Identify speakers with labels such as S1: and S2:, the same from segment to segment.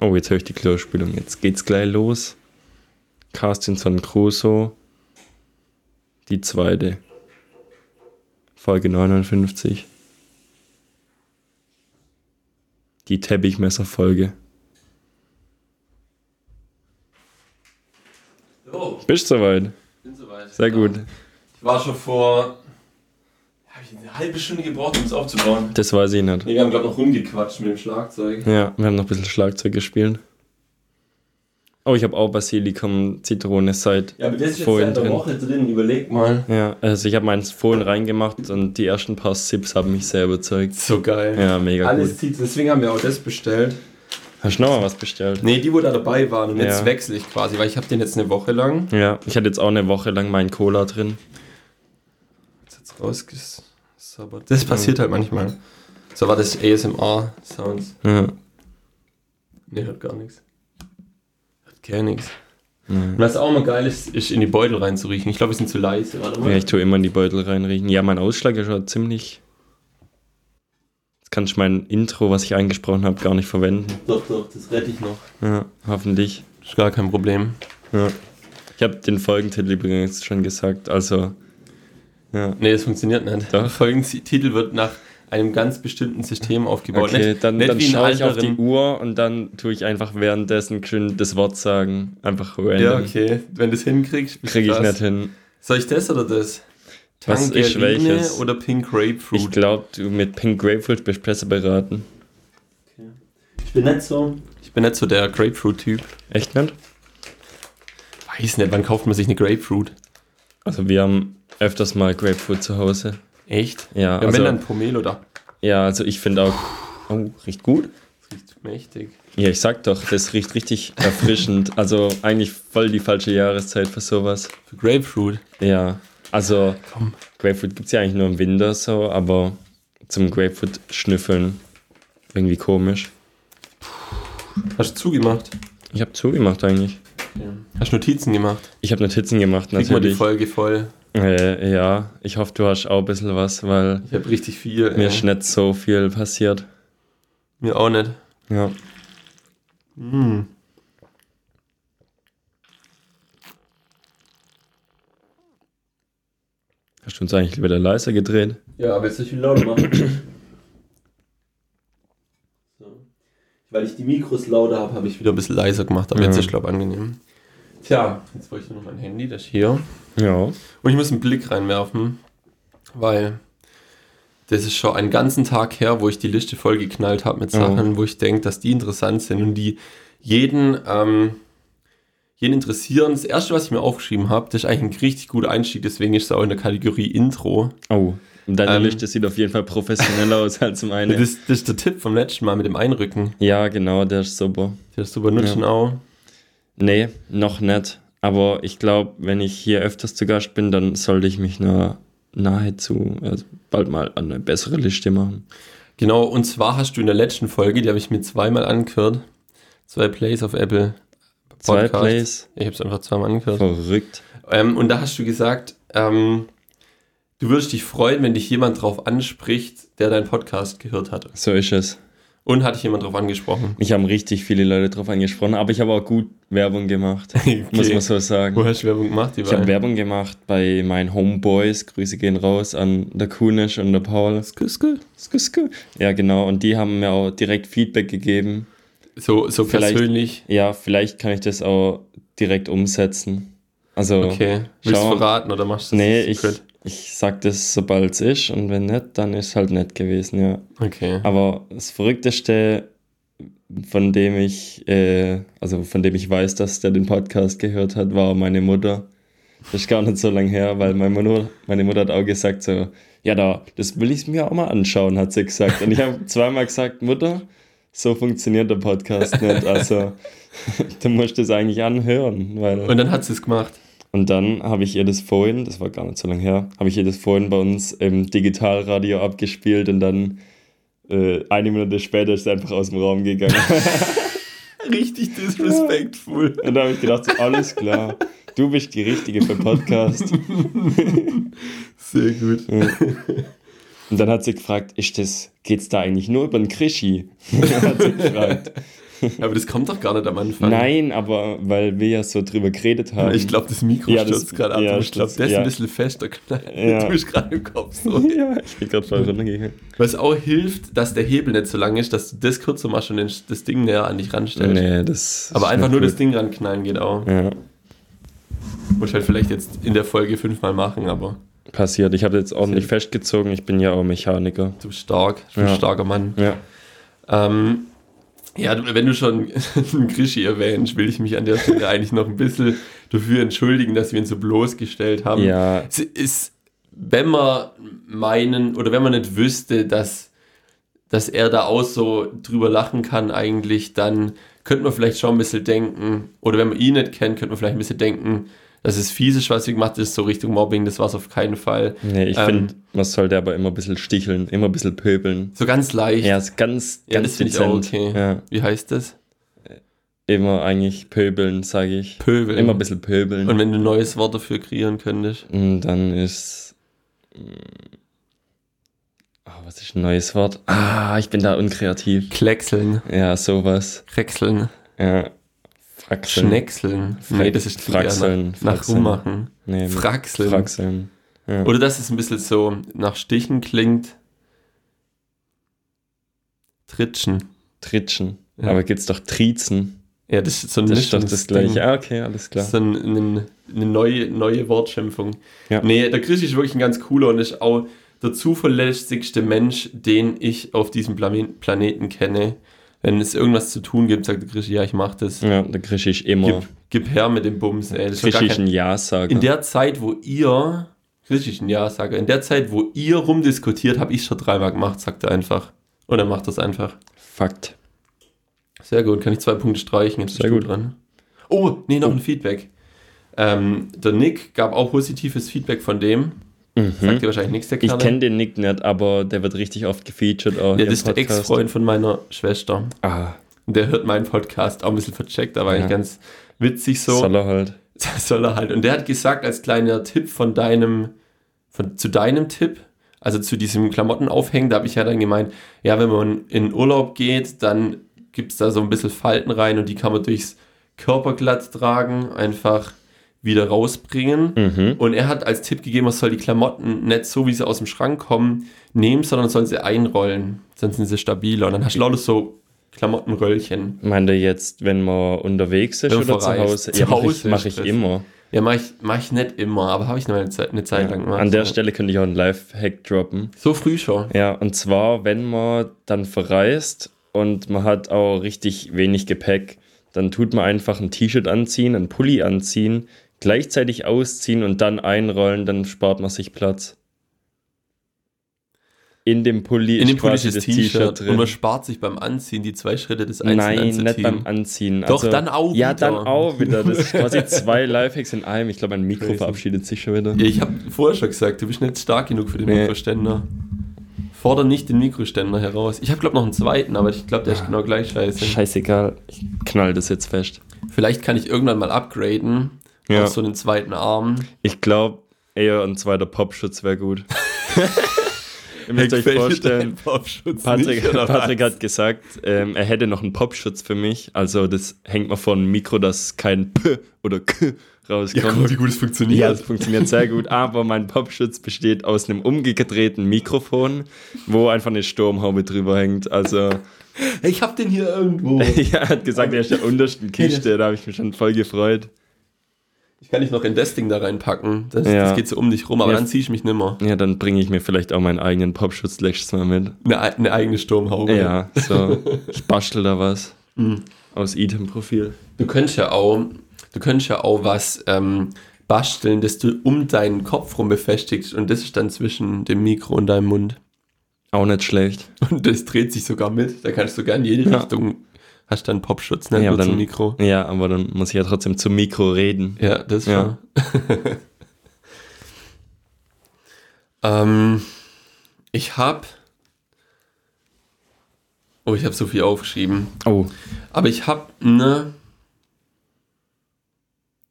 S1: Oh, jetzt höre ich die Klospülung. Jetzt geht's gleich los. Casting San Crusoe. Die zweite. Folge 59. Die Teppichmesser-Folge.
S2: So,
S1: Bist soweit?
S2: bin soweit.
S1: Sehr gut.
S2: Ich war schon vor. Habe ich eine halbe Stunde gebraucht, um es aufzubauen.
S1: Das weiß ich nicht.
S2: Nee, wir haben, glaube ich, noch rumgequatscht mit dem Schlagzeug.
S1: Ja, wir haben noch ein bisschen Schlagzeug gespielt. Oh, ich habe auch Basilikum, Zitrone, seit
S2: Ja, aber das ist jetzt
S1: Vorhin
S2: seit einer
S1: drin.
S2: Woche drin. Überleg mal.
S1: Ja, also ich habe meins vorhin reingemacht und die ersten paar Sips haben mich sehr überzeugt.
S2: So geil.
S1: Ja, mega
S2: Alles
S1: gut.
S2: zieht. Deswegen haben wir auch das bestellt.
S1: Hast du noch mal was bestellt?
S2: Nee, die, wo da dabei waren. Und jetzt
S1: Ja.
S2: wechsle ich quasi, weil ich habe den jetzt eine Woche lang.
S1: Ja, ich hatte jetzt auch eine Woche lang meinen Cola drin.
S2: Jetzt hat's rausgesabbert. Das passiert halt manchmal. So war das ASMR-Sounds.
S1: Ja.
S2: Nee, hört gar nichts. Hört gar nichts.
S1: Ja.
S2: Und was auch immer geil ist, ist in die Beutel reinzuriechen. Ich glaube, wir sind zu leise. Warte mal.
S1: ja, ich tue immer in die Beutel reinriechen. Ja, mein Ausschlag ist schon ziemlich. Jetzt kann ich mein Intro, was ich eingesprochen habe, gar nicht verwenden.
S2: Doch, doch, das rette ich noch.
S1: Ja, hoffentlich.
S2: Ist gar kein Problem.
S1: Ja. Ich habe den Folgentitel übrigens schon gesagt, also. Ja.
S2: Nee, das funktioniert nicht.
S1: Doch.
S2: Folgentitel wird nach einem ganz bestimmten System aufgebaut.
S1: Okay,
S2: Nicht-
S1: dann,
S2: nicht
S1: dann
S2: wie in
S1: schaue ich auf die
S2: anderen-
S1: Uhr und dann tue ich einfach währenddessen schön das Wort sagen. Einfach random.
S2: Ja, okay. Wenn du es hinkriegst, bist du
S1: Kriege ich
S2: krass.
S1: nicht hin.
S2: Soll ich das oder das?
S1: Was ist
S2: Tangerine
S1: welches?
S2: oder Pink Grapefruit?
S1: Ich glaube, du mit Pink Grapefruit bist besser beraten.
S2: Ich bin nicht so. Ich bin nicht so der Grapefruit-Typ.
S1: Echt nicht?
S2: Weiß nicht, wann kauft man sich eine Grapefruit?
S1: Also wir haben öfters mal Grapefruit zu Hause.
S2: Echt?
S1: Ja,
S2: Ja, wenn
S1: also,
S2: dann Pomelo da.
S1: ja also ich finde auch... Oh, riecht gut.
S2: Das riecht mächtig.
S1: Ja, ich sag doch, das riecht richtig erfrischend. Also eigentlich voll die falsche Jahreszeit für sowas.
S2: Für Grapefruit.
S1: Ja, also
S2: Komm.
S1: Grapefruit gibt es ja eigentlich nur im Winter so, aber zum Grapefruit schnüffeln irgendwie komisch.
S2: Hast du zugemacht?
S1: Ich habe zugemacht eigentlich.
S2: Hast du Notizen gemacht?
S1: Ich habe Notizen gemacht
S2: Krieg mal die
S1: natürlich.
S2: Folge voll.
S1: Äh, ja, ich hoffe, du hast auch ein bisschen was, weil
S2: Ich habe richtig viel.
S1: mir
S2: ey.
S1: ist nicht so viel passiert.
S2: Mir auch nicht.
S1: Ja.
S2: Mm.
S1: Hast du uns eigentlich wieder leiser gedreht?
S2: Ja, willst du viel lauter machen? so. Weil ich die Mikros lauter habe, habe ich wieder ein bisschen leiser gemacht, aber
S1: Ja.
S2: jetzt ist glaube ich angenehm. Tja, jetzt brauche ich nur noch mein Handy, das ist hier.
S1: Ja.
S2: Und ich muss einen Blick reinwerfen, weil das ist schon einen ganzen Tag her, wo ich die Liste vollgeknallt habe mit
S1: Mhm.
S2: Sachen, wo ich denke, dass die interessant sind und die jeden, ähm, jeden interessieren. Das erste, was ich mir aufgeschrieben habe, das ist eigentlich ein richtig guter Einstieg, deswegen ist es auch in der Kategorie Intro.
S1: Oh. Und deine
S2: Ähm.
S1: Liste sieht auf jeden Fall professioneller aus als meine.
S2: Das, das ist der Tipp vom letzten Mal mit dem Einrücken.
S1: Ja, genau, der ist super.
S2: Der ist zu benutzen auch.
S1: Nee, noch nicht. Aber ich glaube, wenn ich hier öfters zu Gast bin, dann sollte ich mich na, nahezu also bald mal an eine bessere Liste machen.
S2: Genau, und zwar hast du in der letzten Folge, die habe ich mir zweimal angehört, zwei Plays auf Apple.
S1: Zwei
S2: Podcast.
S1: Plays.
S2: Ich habe es einfach zweimal angehört.
S1: Verrückt.
S2: Ähm, und da hast du gesagt, ähm, du würdest dich freuen, wenn dich jemand drauf anspricht, der deinen Podcast gehört hat.
S1: So ist es.
S2: Und hat dich jemand drauf angesprochen.
S1: Mich haben richtig viele Leute drauf angesprochen, aber ich habe auch gut Werbung gemacht. Muss man so sagen.
S2: Wo hast du Werbung gemacht?
S1: Ich habe Werbung gemacht bei meinen Homeboys. Grüße gehen raus an der Kunisch und der Paul.
S2: Werbung.
S1: Sku, sku. Ja, genau. Und die haben mir auch direkt Feedback gegeben.
S2: So, so
S1: Vielleicht-
S2: persönlich.
S1: Ja, vielleicht kann ich das auch direkt umsetzen. Also,
S2: Okay. Willst du
S1: Schau.
S2: verraten oder machst du das
S1: nee,
S2: als
S1: ich,
S2: Secret?
S1: ich sag das, sobald es ist. Und wenn nicht, dann ist halt nett gewesen, ja.
S2: Okay.
S1: Aber das Verrückteste, von dem ich, äh, also von dem ich weiß, dass der den Podcast gehört hat, war meine Mutter. Das ist gar nicht so lange her, weil meine Mutter, meine Mutter hat auch gesagt so, ja, da, das will ich mir auch mal anschauen, hat sie gesagt. Und ich habe zweimal gesagt, Mutter, so funktioniert der Podcast nicht. Also, du musst es eigentlich anhören. Weil
S2: Und dann hat sie es gemacht.
S1: und dann habe ich ihr das vorhin, das war gar nicht so lange her, habe ich ihr das vorhin bei uns im Digitalradio abgespielt und dann äh, eine Minute später ist sie einfach aus dem Raum gegangen.
S2: Richtig disrespectful.
S1: und da habe ich gedacht, so, alles klar, du bist die Richtige für Podcast.
S2: Sehr gut.
S1: Und dann hat sie gefragt, ist das, geht's da eigentlich nur über den Krischi? hat sie gefragt.
S2: Aber das kommt doch gar nicht am Anfang.
S1: Nein, aber weil wir ja so drüber geredet haben.
S2: Ich glaube, das Mikro
S1: Ja, das-
S2: stürzt gerade ab.
S1: ja,
S2: ich glaube,
S1: das-
S2: der ist
S1: ja.
S2: ein bisschen fester knallt.
S1: Ja.
S2: Du bist gerade im Kopf so.
S1: ja, ich bin gerade voll runtergegangen.
S2: Was auch hilft, dass der Hebel nicht so lang ist, dass du das kürzer machst und den- das Ding näher an dich ranstellst.
S1: Nee, das.
S2: Aber
S1: ist
S2: einfach
S1: nicht
S2: nur
S1: gut.
S2: das Ding ranknallen geht auch.
S1: Ja,
S2: Muss ich halt vielleicht jetzt in der Folge fünfmal machen, aber
S1: passiert. Ich habe jetzt ordentlich
S2: Sehr.
S1: festgezogen. Ich bin ja auch Mechaniker.
S2: du bist stark. Du
S1: Ja.
S2: bist ein starker Mann.
S1: Ja.
S2: Ähm, ja, du- wenn du schon einen Grischi erwähnst, will ich mich an der Stelle eigentlich noch ein bisschen dafür entschuldigen, dass wir ihn so bloßgestellt haben.
S1: Ja,
S2: Es ist, wenn man meinen oder wenn man nicht wüsste, dass, dass er da auch so drüber lachen kann, eigentlich, dann könnte man vielleicht schon ein bisschen denken, oder wenn man ihn nicht kennt, könnte man vielleicht ein bisschen denken, dass es fies ist, was wir gemacht ist, so Richtung Mobbing, das war es auf keinen Fall.
S1: nee, ich
S2: Ähm.
S1: finde, man sollte aber immer ein bisschen sticheln, immer ein bisschen pöbeln.
S2: So ganz leicht.
S1: Ja, ist ganz,
S2: Ja,
S1: ganz
S2: das finde ich auch
S1: dezent.
S2: okay.
S1: Ja,
S2: Wie heißt das?
S1: immer eigentlich pöbeln, sage ich.
S2: Pöbel.
S1: Immer ein bisschen pöbeln.
S2: Und wenn du ein neues Wort dafür kreieren könntest.
S1: Und dann ist. mm, ah, was ist ein neues Wort? Ah, ich bin da unkreativ.
S2: Kleckseln,
S1: Ja, sowas.
S2: Krexeln,
S1: Ja. Fraxeln.
S2: Schneckseln. nee, das ist
S1: Fraxeln,
S2: Nach, nach
S1: Fraxeln.
S2: rummachen.
S1: Nee,
S2: Fraxeln.
S1: Fraxeln. Ja.
S2: Oder dass es ein bisschen so nach Stichen klingt. Tritschen.
S1: Tritschen.
S2: Ja.
S1: Aber gibt's doch Trizen.
S2: Ja, das ist so ein
S1: Das ist doch das
S2: Mischungsding.
S1: gleiche. Ah, okay, alles
S2: Das
S1: klar.
S2: ist so ein, ein, eine neue, neue Wortschimpfung.
S1: Ja.
S2: Nee, der Grieche ist wirklich ein ganz cooler und ist auch der zuverlässigste Mensch, den ich auf diesem Plame- Planeten kenne. Wenn es irgendwas zu tun gibt, sagt der Grieche, ja, ich mach das.
S1: Ja, der Grisch ist immer.
S2: Gib, gib her mit dem Bums, ey. Das ist doch
S1: Grisch
S2: gar
S1: ist
S2: kein,
S1: ein Ja-Sager.
S2: in der Zeit, wo ihr, richtig ein Ja-Sager, in der Zeit, wo ihr rumdiskutiert, habe ich schon dreimal gemacht, sagt er einfach. Und er macht das einfach.
S1: Fakt.
S2: Sehr gut, kann ich zwei Punkte streichen. Jetzt bist
S1: Sehr
S2: du
S1: gut.
S2: dran. Oh, nee, noch ein Feedback. Ähm, der Nick gab auch positives Feedback von dem. Sagt dir wahrscheinlich nichts, der
S1: Mhm. Ich
S2: Knaller.
S1: kenne den Nick nicht, aber der wird richtig oft gefeatured. Auch
S2: ja,
S1: hier im
S2: das ist der
S1: Podcast.
S2: Ex-Freund von meiner Schwester.
S1: Ah,
S2: Und Der hört meinen Podcast auch ein bisschen vercheckt, aber
S1: Ja.
S2: eigentlich ganz witzig so.
S1: soll er halt.
S2: Das soll er halt. Und der hat gesagt, als kleiner Tipp von deinem, von, zu deinem Tipp, also zu diesem Klamottenaufhängen, da habe ich ja dann gemeint, ja, wenn man in Urlaub geht, dann gibt es da so ein bisschen Falten rein und die kann man durchs Körperglatt tragen, einfach wieder rausbringen.
S1: Mhm.
S2: Und er hat als Tipp gegeben, man soll die Klamotten nicht so, wie sie aus dem Schrank kommen, nehmen, sondern man soll sie einrollen. Dann sind sie stabiler. Und dann hast du lauter so Klamottenröllchen.
S1: Meint ihr jetzt, wenn man unterwegs ist
S2: Wenn man
S1: oder zu
S2: verreist.
S1: Hause?
S2: Zu
S1: ja, mache ich,
S2: Hause
S1: mach
S2: ist
S1: ich
S2: das.
S1: immer.
S2: Ja, mache ich, mach ich nicht immer, aber habe ich noch eine Zeit, eine Zeit
S1: Ja.
S2: lang gemacht.
S1: An der
S2: So.
S1: Stelle könnte ich auch einen Live-Hack droppen.
S2: So früh schon.
S1: Ja, und zwar, wenn man dann verreist und man hat auch richtig wenig Gepäck, dann tut man einfach ein T-Shirt anziehen, einen Pulli anziehen, gleichzeitig ausziehen und dann einrollen, dann spart man sich Platz. In dem Pulli
S2: In
S1: ist
S2: dem
S1: quasi
S2: politisches
S1: das T-Shirt
S2: T-Shirt. Und
S1: drin.
S2: man spart sich beim Anziehen die zwei Schritte des Einzelnen
S1: Nein, nicht
S2: anzuziehen.
S1: beim Anziehen. Also,
S2: Doch, dann auch
S1: Ja,
S2: wieder.
S1: dann auch wieder. Das ist quasi zwei Lifehacks in einem. Ich glaube, mein Mikro
S2: Crazy.
S1: verabschiedet sich schon wieder.
S2: ja, ich habe vorher schon gesagt, du bist nicht stark genug für den
S1: Nee.
S2: Mikroständer. Forder nicht den Mikroständer heraus. Ich habe, glaube noch einen zweiten, aber ich glaube, der
S1: Ah.
S2: ist genau gleich scheiße.
S1: Scheißegal, ich knall das jetzt fest.
S2: Vielleicht kann ich irgendwann mal upgraden
S1: Ja.
S2: auf so einen zweiten Arm.
S1: Ich glaube, eher ein zweiter Popschutz wäre gut. Ihr müsst euch
S2: Gefällt dir dein
S1: vorstellen,
S2: Popschutz
S1: Patrick,
S2: nicht, oder
S1: Patrick
S2: was?
S1: hat gesagt, ähm, er hätte noch einen Popschutz für mich. Also das hängt mal vor dem Mikro, dass kein P oder K
S2: Ja, guck,
S1: rauskommt.
S2: wie gut es funktioniert.
S1: Ja, das funktioniert sehr gut, aber mein Popschutz besteht aus einem umgedrehten Mikrofon, wo einfach eine Sturmhaube drüber hängt. Also,
S2: Hey, ich habe den hier irgendwo.
S1: er hat gesagt, er ist der untersten Kiste, da habe ich mich schon voll gefreut.
S2: Ich kann dich noch in das Ding da reinpacken. Das,
S1: Ja.
S2: das geht so um dich rum, aber
S1: Ja.
S2: dann zieh ich mich nimmer.
S1: Ja, dann bringe ich mir vielleicht auch meinen eigenen Popschutz nächstes Mal mit.
S2: Eine, ei- eine eigene Sturmhaube.
S1: Ja, so. Mhm. Ich bastel da was. Aus Item-Profil.
S2: Du könntest ja auch, du könntest ja auch was ähm, basteln, das du um deinen Kopf rum befestigst und das ist dann zwischen dem Mikro und deinem Mund.
S1: Auch nicht schlecht.
S2: Und das dreht sich sogar mit. Da kannst du sogar in jede
S1: Ja.
S2: Richtung, hast dann Popschutz, ne?
S1: Ja,
S2: Nur
S1: dann-
S2: zum Mikro.
S1: Ja, aber dann muss ich ja trotzdem zum Mikro reden.
S2: Ja, das
S1: Ja.
S2: schon. ähm, ich habe. Oh, ich habe so viel aufgeschrieben.
S1: Oh.
S2: Aber ich habe ne.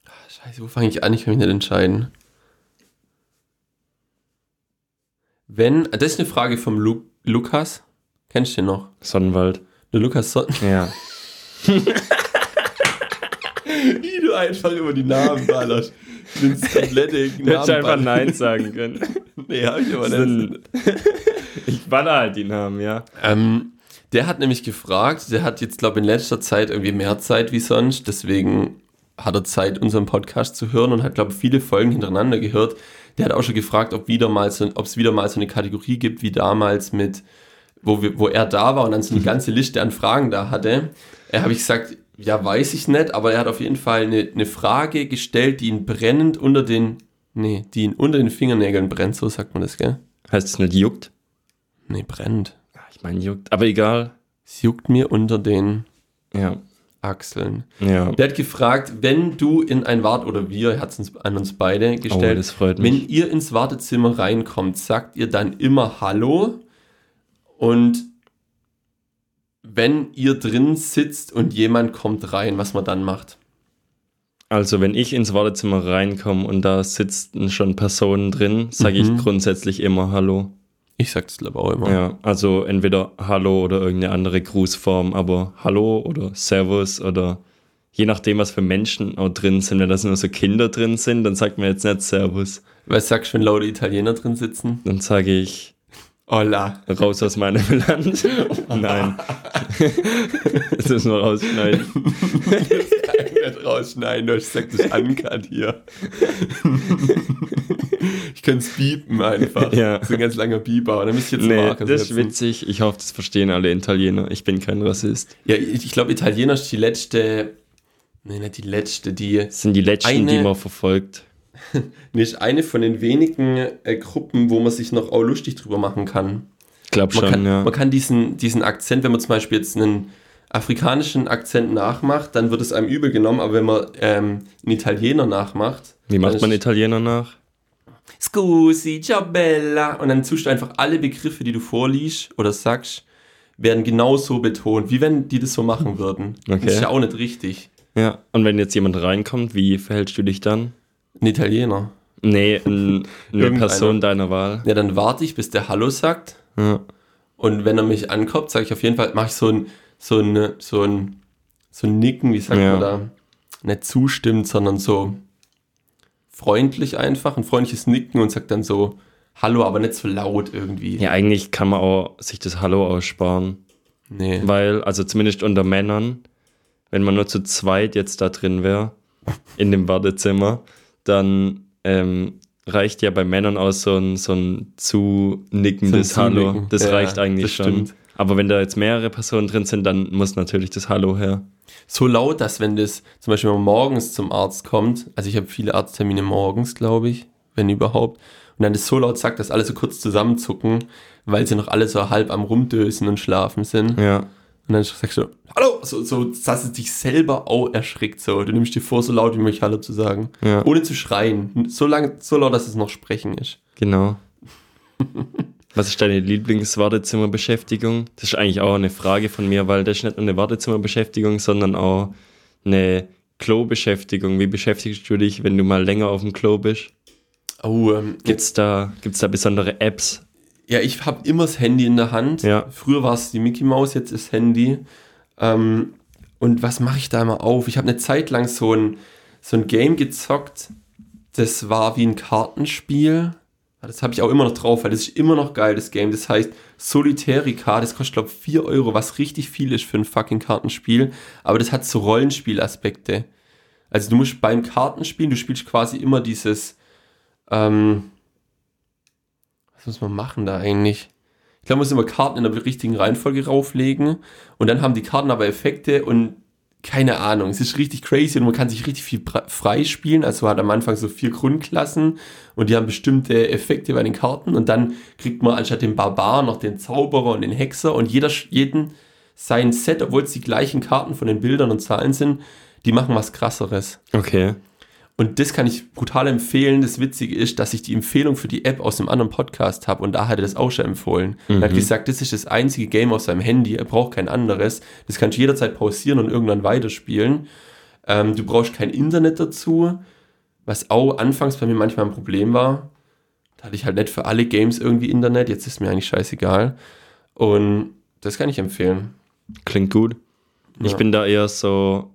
S2: Ah, Scheiße, wo fange ich an? Ich kann mich nicht entscheiden. Wenn, das ist eine Frage vom Lu Lukas. Kennst du den noch?
S1: Sonnenwald.
S2: Der Lukas Sonnen.
S1: Ja.
S2: Wie du einfach über die Namen ballerst. Das komplette
S1: Hätte ich einfach
S2: Namenballern.
S1: Nein sagen können.
S2: Nee, hab ich aber
S1: Das ist
S2: nicht.
S1: ein- ich baller halt die Namen, ja.
S2: Ähm, der hat nämlich gefragt, der hat jetzt, glaube ich, in letzter Zeit irgendwie mehr Zeit wie sonst, deswegen hat er Zeit, unseren Podcast zu hören und hat, glaube ich, viele Folgen hintereinander gehört. Der hat auch schon gefragt, ob wieder mal so, ob es wieder mal so eine Kategorie gibt wie damals mit, wo, wir, wo er da war und dann so eine ganze Liste an Fragen da hatte. Er habe ich gesagt, ja, weiß ich nicht, aber er hat auf jeden Fall eine, eine Frage gestellt, die ihn brennend unter den, nee, die ihn unter den Fingernägeln brennt, so sagt man das, gell?
S1: Heißt es nicht juckt?
S2: Nee, brennt.
S1: Ah, Ich meine juckt, aber egal.
S2: Es juckt mir unter den
S1: Ja,
S2: Achseln.
S1: ja.
S2: Der hat gefragt, wenn du in ein Wart oder wir, er hat es uns, an uns beide
S1: Oh,
S2: gestellt,
S1: das freut mich.
S2: wenn ihr ins Wartezimmer reinkommt, sagt ihr dann immer Hallo und wenn ihr drin sitzt und jemand kommt rein, was man dann macht.
S1: Also wenn ich ins Wartezimmer reinkomme und da sitzen schon Personen drin, sage
S2: Mhm.
S1: ich grundsätzlich immer Hallo.
S2: Ich sag das glaube auch immer.
S1: Ja, also entweder Hallo oder irgendeine andere Grußform, aber Hallo oder Servus oder je nachdem, was für Menschen auch drin sind. Wenn das nur so Kinder drin sind, dann sagt man jetzt nicht Servus.
S2: Was sagst du, wenn laute Italiener drin sitzen?
S1: Dann sage ich
S2: Hola.
S1: raus aus meinem Land. Nein. das müssen wir rausschneiden.
S2: nicht rausschneiden, du hast gesagt, das ist uncut hier. ich könnte es piepen einfach.
S1: Ja.
S2: Das ist ein ganz langer Pieper, aber dann müsste ich jetzt
S1: Nee,
S2: Marke
S1: das ist
S2: setzen.
S1: witzig. Ich hoffe, das verstehen alle Italiener. Ich bin kein Rassist.
S2: Ja, ich, ich glaube, Italiener ist die letzte, nee, nicht die letzte, die,
S1: Das sind die letzten, die
S2: Eine-
S1: man verfolgt.
S2: nee, ist eine von den wenigen äh, Gruppen, wo man sich noch auch lustig drüber machen kann.
S1: Ich glaube
S2: Man
S1: schon,
S2: kann,
S1: ja.
S2: man kann diesen, diesen Akzent, wenn man zum Beispiel jetzt einen afrikanischen Akzent nachmacht, dann wird es einem übel genommen, aber wenn man ähm, einen Italiener nachmacht,
S1: Wie
S2: dann
S1: macht man
S2: ist-
S1: Italiener nach?
S2: Scusi, ciao bella. Und dann tust du einfach alle Begriffe, die du vorliest oder sagst, werden genauso betont, wie wenn die das so machen würden.
S1: Okay.
S2: Das ist ja auch nicht richtig.
S1: Ja. Und wenn jetzt jemand reinkommt, wie verhältst du dich dann?
S2: Ein Italiener.
S1: Nee, ein, eine
S2: Irgendeiner.
S1: Person deiner Wahl.
S2: Ja, dann warte ich, bis der Hallo sagt.
S1: Ja.
S2: Und wenn er mich ankommt, sage ich auf jeden Fall, mache ich so ein, so ein, so ein, so ein Nicken, wie sagt
S1: Ja.
S2: man da? Nicht zustimmend, sondern so freundlich einfach, ein freundliches Nicken und sagt dann so Hallo, aber nicht so laut irgendwie.
S1: ja, eigentlich kann man auch sich das Hallo aussparen.
S2: Nee.
S1: Weil, also zumindest unter Männern, wenn man nur zu zweit jetzt da drin wäre, in dem Wartezimmer, dann ähm, reicht ja bei Männern aus so ein, so ein zunickendes
S2: So ein
S1: Hallo.
S2: Zunicken.
S1: Das
S2: Ja,
S1: reicht eigentlich
S2: das
S1: schon.
S2: stimmt.
S1: Aber wenn da jetzt mehrere Personen drin sind, dann muss natürlich das Hallo her.
S2: so laut, dass wenn das zum Beispiel wenn man morgens zum Arzt kommt, also ich habe viele Arzttermine morgens, glaube ich, wenn überhaupt, und dann das so laut sagt, dass alle so kurz zusammenzucken, weil sie noch alle so halb am Rumdösen und Schlafen sind.
S1: Ja.
S2: Und dann sagst du, hallo, so, so, dass es dich selber auch erschrickt, so. Du nimmst dir vor, so laut wie möglich Hallo zu sagen.
S1: Ja.
S2: Ohne zu schreien. So lange, so laut, dass es noch Sprechen ist.
S1: Genau. Was ist deine Lieblingswartezimmerbeschäftigung? Das ist eigentlich auch eine Frage von mir, weil das ist nicht nur eine Wartezimmerbeschäftigung, sondern auch eine Klobeschäftigung. Wie beschäftigst du dich, wenn du mal länger auf dem Klo bist?
S2: Oh, ähm,
S1: Gibt es da, gibt's da besondere Apps?
S2: Ja, ich habe immer das Handy in der Hand.
S1: Ja.
S2: Früher war es die Mickey Maus, jetzt ist Handy. Ähm, und was mache ich da immer auf? Ich habe eine Zeit lang so ein, so ein Game gezockt. Das war wie ein Kartenspiel. Ja, Das habe ich auch immer noch drauf, weil das ist immer noch geil, das Game. Das heißt Solitärika, das kostet, glaube ich, 4 Euro, was richtig viel ist für ein fucking Kartenspiel. Aber das hat so Rollenspielaspekte. Also du musst beim Kartenspielen, du spielst quasi immer dieses... Ähm, was muss man machen da eigentlich? Ich glaube, man muss immer Karten in der richtigen Reihenfolge rauflegen und dann haben die Karten aber Effekte und keine Ahnung. Es ist richtig crazy und man kann sich richtig viel pre- frei spielen. Also man hat am Anfang so vier Grundklassen und die haben bestimmte Effekte bei den Karten und dann kriegt man anstatt den Barbar noch den Zauberer und den Hexer und jeder sch- jeden sein Set, obwohl es die gleichen Karten von den Bildern und Zahlen sind, die machen was krasseres.
S1: Okay.
S2: Und das kann ich brutal empfehlen. Das Witzige ist, dass ich die Empfehlung für die App aus einem anderen Podcast habe und da hat er das auch schon empfohlen. Und
S1: Mhm.
S2: er hat gesagt, das ist das einzige Game auf seinem Handy, er braucht kein anderes. Das kannst du jederzeit pausieren und irgendwann weiterspielen. Ähm, du brauchst kein Internet dazu, was auch anfangs bei mir manchmal ein Problem war. Da hatte ich halt nicht für alle Games irgendwie Internet, jetzt ist mir eigentlich scheißegal. Und das kann ich empfehlen.
S1: Klingt gut. Ich
S2: Ja.
S1: bin da eher so,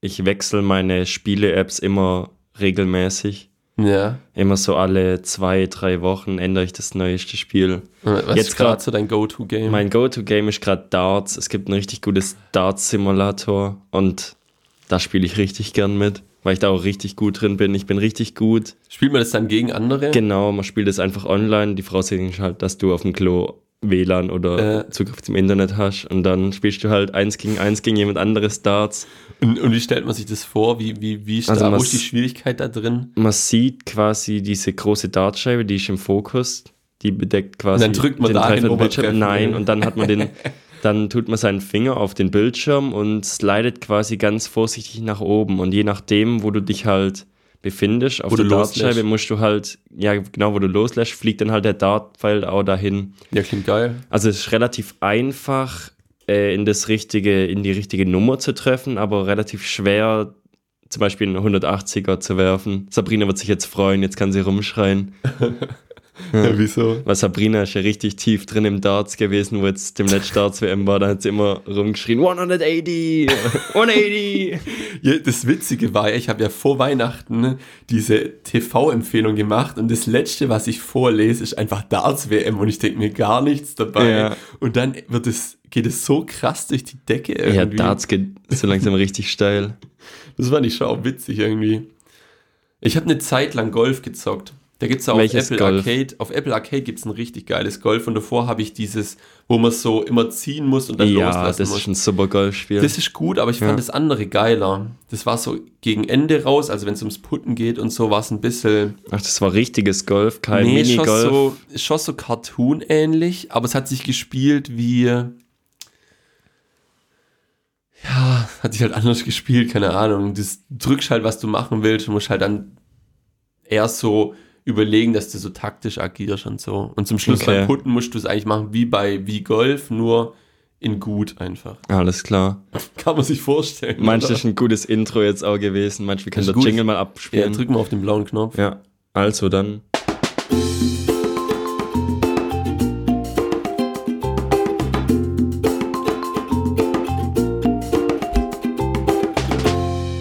S1: ich wechsle meine Spiele-Apps immer regelmäßig.
S2: Ja.
S1: Immer so alle zwei, drei Wochen ändere ich das neueste Spiel.
S2: Was
S1: Jetzt
S2: ist gerade
S1: grad-
S2: so dein Go-To-Game?
S1: Mein Go-To-Game ist gerade Darts. Es gibt ein richtig gutes Darts-Simulator und da spiele ich richtig gern mit, weil ich da auch richtig gut drin bin. Ich bin richtig gut.
S2: Spielt man das dann gegen andere?
S1: Genau, man spielt es einfach online. Die Voraussetzung ist halt, dass du auf dem Klo WLAN oder
S2: Äh.
S1: Zugriff zum Internet hast und dann spielst du halt eins gegen eins gegen jemand anderes Darts.
S2: Und, und wie stellt man sich das vor? Wie, wie, wie ist
S1: Also
S2: da, wo
S1: was-
S2: ist die Schwierigkeit da drin?
S1: Man sieht quasi diese große Dartscheibe, die ist im Fokus. Die bedeckt quasi
S2: Und dann drückt man
S1: den
S2: dahin,
S1: Treffer
S2: wo
S1: den
S2: man
S1: Bildschirm.
S2: treffen
S1: Nein,
S2: will.
S1: und dann hat man den, dann tut man seinen Finger auf den Bildschirm und slidet quasi ganz vorsichtig nach oben. Und je nachdem, wo du dich halt befindest, auf
S2: Wo
S1: der
S2: du
S1: Dartscheibe
S2: loslässt.
S1: musst du halt, ja genau, wo du loslässt, fliegt dann halt der Dartpfeil auch dahin.
S2: Ja, klingt geil.
S1: Also es ist relativ einfach, äh, in das richtige, in die richtige Nummer zu treffen, aber relativ schwer, zum Beispiel einen 180er zu werfen. Sabrina wird sich jetzt freuen, jetzt kann sie rumschreien.
S2: Ja. wieso?
S1: Weil Sabrina ist ja richtig tief drin im Darts gewesen, wo jetzt dem letzten Darts-WM war, da hat sie immer rumgeschrien, 180, 180.
S2: Ja, das Witzige war ja, ich habe ja vor Weihnachten diese TV-Empfehlung gemacht und das Letzte, was ich vorlese, ist einfach Darts-WM und ich denke mir gar nichts dabei.
S1: Ja.
S2: Und dann wird es, geht es so krass durch die Decke
S1: ja,
S2: irgendwie.
S1: Darts geht so langsam richtig steil.
S2: Das fand ich schon auch witzig irgendwie. Ich habe eine Zeit lang Golf gezockt. Da gibt's ja auf
S1: Welches
S2: Apple
S1: Golf?
S2: Arcade. Auf Apple Arcade gibt's ein richtig geiles Golf und davor habe ich dieses, wo man so immer ziehen muss und dann
S1: Ja, das
S2: loslassen
S1: ist
S2: muss.
S1: ein super Golfspiel.
S2: Das ist gut, aber ich fand
S1: Ja.
S2: das andere geiler. Das war so gegen Ende raus, also wenn es ums Putten geht und so, war es ein bisschen.
S1: Ach, das war richtiges Golf, kein
S2: nee, schon
S1: Minigolf.
S2: so, schon so Cartoon-ähnlich, aber es hat sich gespielt wie. Ja, hat sich halt anders gespielt, keine Ahnung. Du drückst halt, was du machen willst und musst halt dann eher so überlegen, dass du so taktisch agierst und so. Und zum Schluss
S1: Okay.
S2: beim Putten musst du es eigentlich machen wie bei wie Golf, nur in gut einfach.
S1: Alles klar.
S2: Kann man sich vorstellen.
S1: Meinst du,
S2: oder?
S1: das ist ein gutes Intro jetzt auch gewesen? Meinst du, wir können
S2: Ist
S1: den
S2: gut.
S1: Jingle mal
S2: Ja,
S1: abspielen?
S2: drück mal auf den blauen Knopf.
S1: Ja, also dann.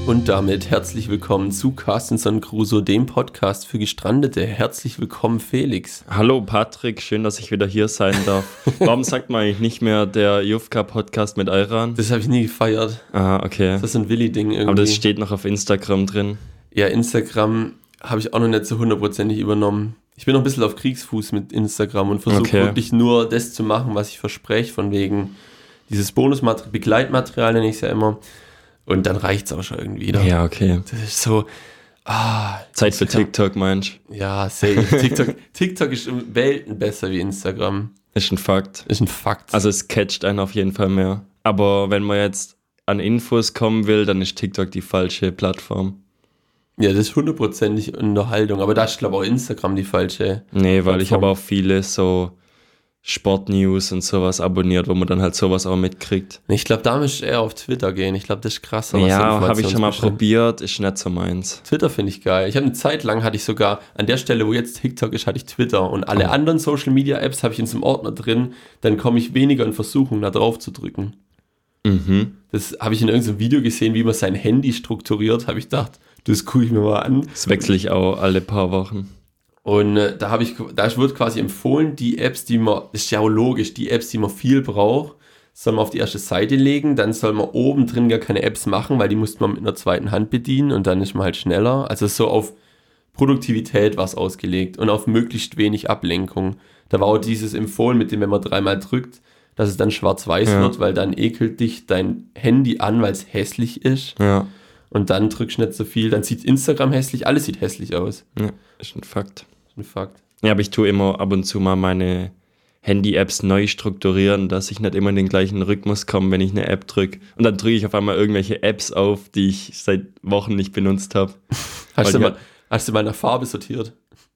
S2: Und damit herzlich willkommen zu Carstenson Crusoe, dem Podcast für Gestrandete. Herzlich willkommen, Felix.
S1: Hallo Patrick, schön, dass ich wieder hier sein darf. Warum sagt man eigentlich nicht mehr der Jufka-Podcast mit Ayran?
S2: Das habe ich nie gefeiert.
S1: Ah, okay.
S2: Das ist ein Willi-Ding irgendwie.
S1: Aber das steht noch auf Instagram drin.
S2: ja, Instagram habe ich auch noch nicht so hundertprozentig übernommen. Ich bin noch ein bisschen auf Kriegsfuß mit Instagram und versuche
S1: Okay.
S2: wirklich nur das zu machen, was ich verspreche, von wegen dieses Bonusmaterial, Begleitmaterial nenne ich es ja immer. Und dann reicht es auch schon irgendwie. Wieder.
S1: Ja, okay.
S2: Das ist so, ah,
S1: Zeit für
S2: Instagram.
S1: TikTok, meinst
S2: Ja, safe. TikTok, TikTok ist um Welten besser wie Instagram.
S1: du? Ist ein Fakt.
S2: Ist ein Fakt.
S1: Also es catcht einen auf jeden Fall mehr. Aber wenn man jetzt an Infos kommen will, dann ist TikTok die falsche Plattform.
S2: ja, das ist hundertprozentig Unterhaltung. Aber da ist, glaube ich, auch Instagram die falsche.
S1: Nee, weil ich
S2: Plattform.
S1: habe auch viele so Sportnews und sowas abonniert, wo man dann halt sowas auch mitkriegt.
S2: Nee, Ich glaube, da müsste ich eher auf Twitter gehen. Ich glaube, das ist krasser. was
S1: ja, habe ich schon mal
S2: Informationsbestände-
S1: probiert, ist nicht so meins.
S2: Twitter finde ich geil. Ich habe eine Zeit lang hatte ich sogar, an der Stelle, wo jetzt TikTok ist, hatte ich Twitter. Und
S1: Oh.
S2: alle anderen Social Media Apps habe ich in so einem Ordner drin. Dann komme ich weniger in Versuchung, da drauf zu drücken.
S1: Mhm.
S2: Das habe ich in irgendeinem Video gesehen, wie man sein Handy strukturiert. Habe ich gedacht, das gucke ich mir mal an.
S1: Das wechsle ich auch alle paar Wochen.
S2: Und äh, da habe ich, da wird quasi empfohlen, die Apps, die man, ist ja auch logisch, die Apps, die man viel braucht, soll man auf die erste Seite legen, dann soll man oben drin gar keine Apps machen, weil die muss man mit einer zweiten Hand bedienen und dann ist man halt schneller. Also so auf Produktivität was ausgelegt und auf möglichst wenig Ablenkung. Da war auch dieses empfohlen, mit dem, wenn man dreimal drückt, dass es dann schwarz-weiß
S1: Ja.
S2: wird, weil dann ekelt dich dein Handy an, weil es hässlich ist.
S1: Ja,
S2: Und dann drückst du nicht so viel, dann sieht Instagram hässlich, alles sieht hässlich aus.
S1: ja ist ein Fakt.
S2: Ein Fakt.
S1: Ja, aber ich tue immer ab und zu mal meine Handy-Apps neu strukturieren, dass ich nicht immer in den gleichen Rhythmus komme, wenn ich eine App drücke. Und dann drücke ich auf einmal irgendwelche Apps auf, die ich seit Wochen nicht benutzt habe.
S2: Hast du,
S1: Weil
S2: mal, hast du mal nach Farbe sortiert?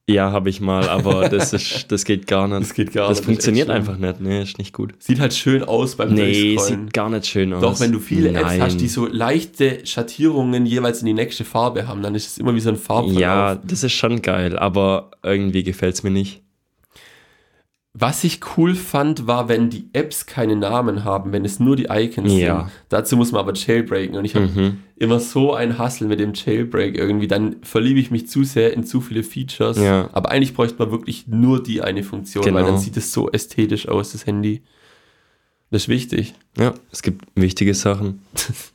S1: Ja, habe ich mal, aber das, ist, das geht gar nicht.
S2: geht gar
S1: Das funktioniert
S2: ist echt
S1: einfach nicht. Nee, ist nicht gut.
S2: schlimm. Sieht halt schön aus beim
S1: Nee,
S2: Durchscrollen.
S1: sieht gar nicht schön aus.
S2: Doch, wenn du viele Apps
S1: Nein.
S2: hast, die so leichte Schattierungen jeweils in die nächste Farbe haben, dann ist es immer wie so ein Farbverlauf.
S1: Ja, das ist schon geil, aber irgendwie gefällt es mir nicht.
S2: Was ich cool fand, war, wenn die Apps keine Namen haben, wenn es nur die Icons
S1: Ja.
S2: sind. Dazu muss man aber jailbreaken. Und ich habe
S1: Mhm.
S2: immer so ein Hustle mit dem Jailbreak irgendwie. Dann verliebe ich mich zu sehr in zu viele Features.
S1: Ja.
S2: Aber eigentlich bräuchte man wirklich nur die eine Funktion, weil
S1: Genau.
S2: dann sieht es so ästhetisch aus, das Handy. Das ist wichtig.
S1: Ja, es gibt wichtige Sachen.
S2: Das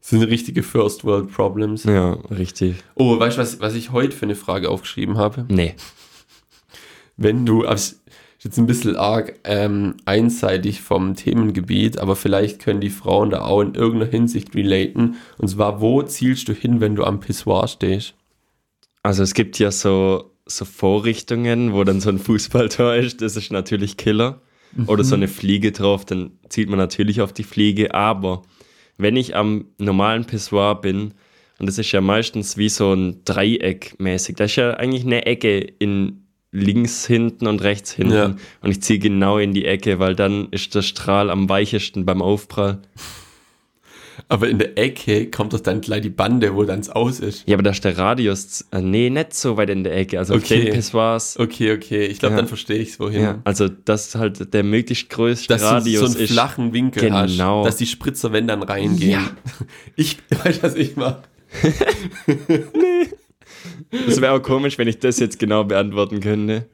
S2: sind richtige First World Problems.
S1: Ja, richtig.
S2: Oh, weißt du, was, was ich heute für eine Frage aufgeschrieben habe?
S1: Nee.
S2: Wenn du, aber es ist jetzt ein bisschen arg ähm, einseitig vom Themengebiet, aber vielleicht können die Frauen da auch in irgendeiner Hinsicht relaten. Und zwar, wo zielst du hin, wenn du am Pissoir stehst?
S1: Also es gibt ja so, so Vorrichtungen, wo dann so ein Fußballtor ist, das ist natürlich Killer. Oder
S2: Mhm.
S1: so eine Fliege drauf, dann zielt man natürlich auf die Fliege. Aber wenn ich am normalen Pissoir bin, und das ist ja meistens wie so ein Dreieck mäßig, da ist ja eigentlich eine Ecke in links hinten und rechts hinten.
S2: Ja.
S1: Und ich ziehe genau in die Ecke, weil dann ist der Strahl am weichesten beim Aufprall.
S2: Aber in der Ecke kommt doch dann gleich die Bande, wo dann's aus ist.
S1: Ja, aber da ist der Radius, äh, nee, nicht so weit in der Ecke. Also auf
S2: Okay.
S1: den Pissoirs
S2: Okay, okay, ich glaube,
S1: Ja.
S2: dann verstehe ich's wohin.
S1: Ja, also dass halt der möglichst größte
S2: Dass du
S1: Radius
S2: so einen
S1: ist.
S2: flachen Winkel
S1: Genau.
S2: hast, dass die Spritzer, wenn dann reingehen.
S1: Ja.
S2: Ich weiß, was ich mache.
S1: Das wäre auch komisch, wenn ich das jetzt genau beantworten könnte.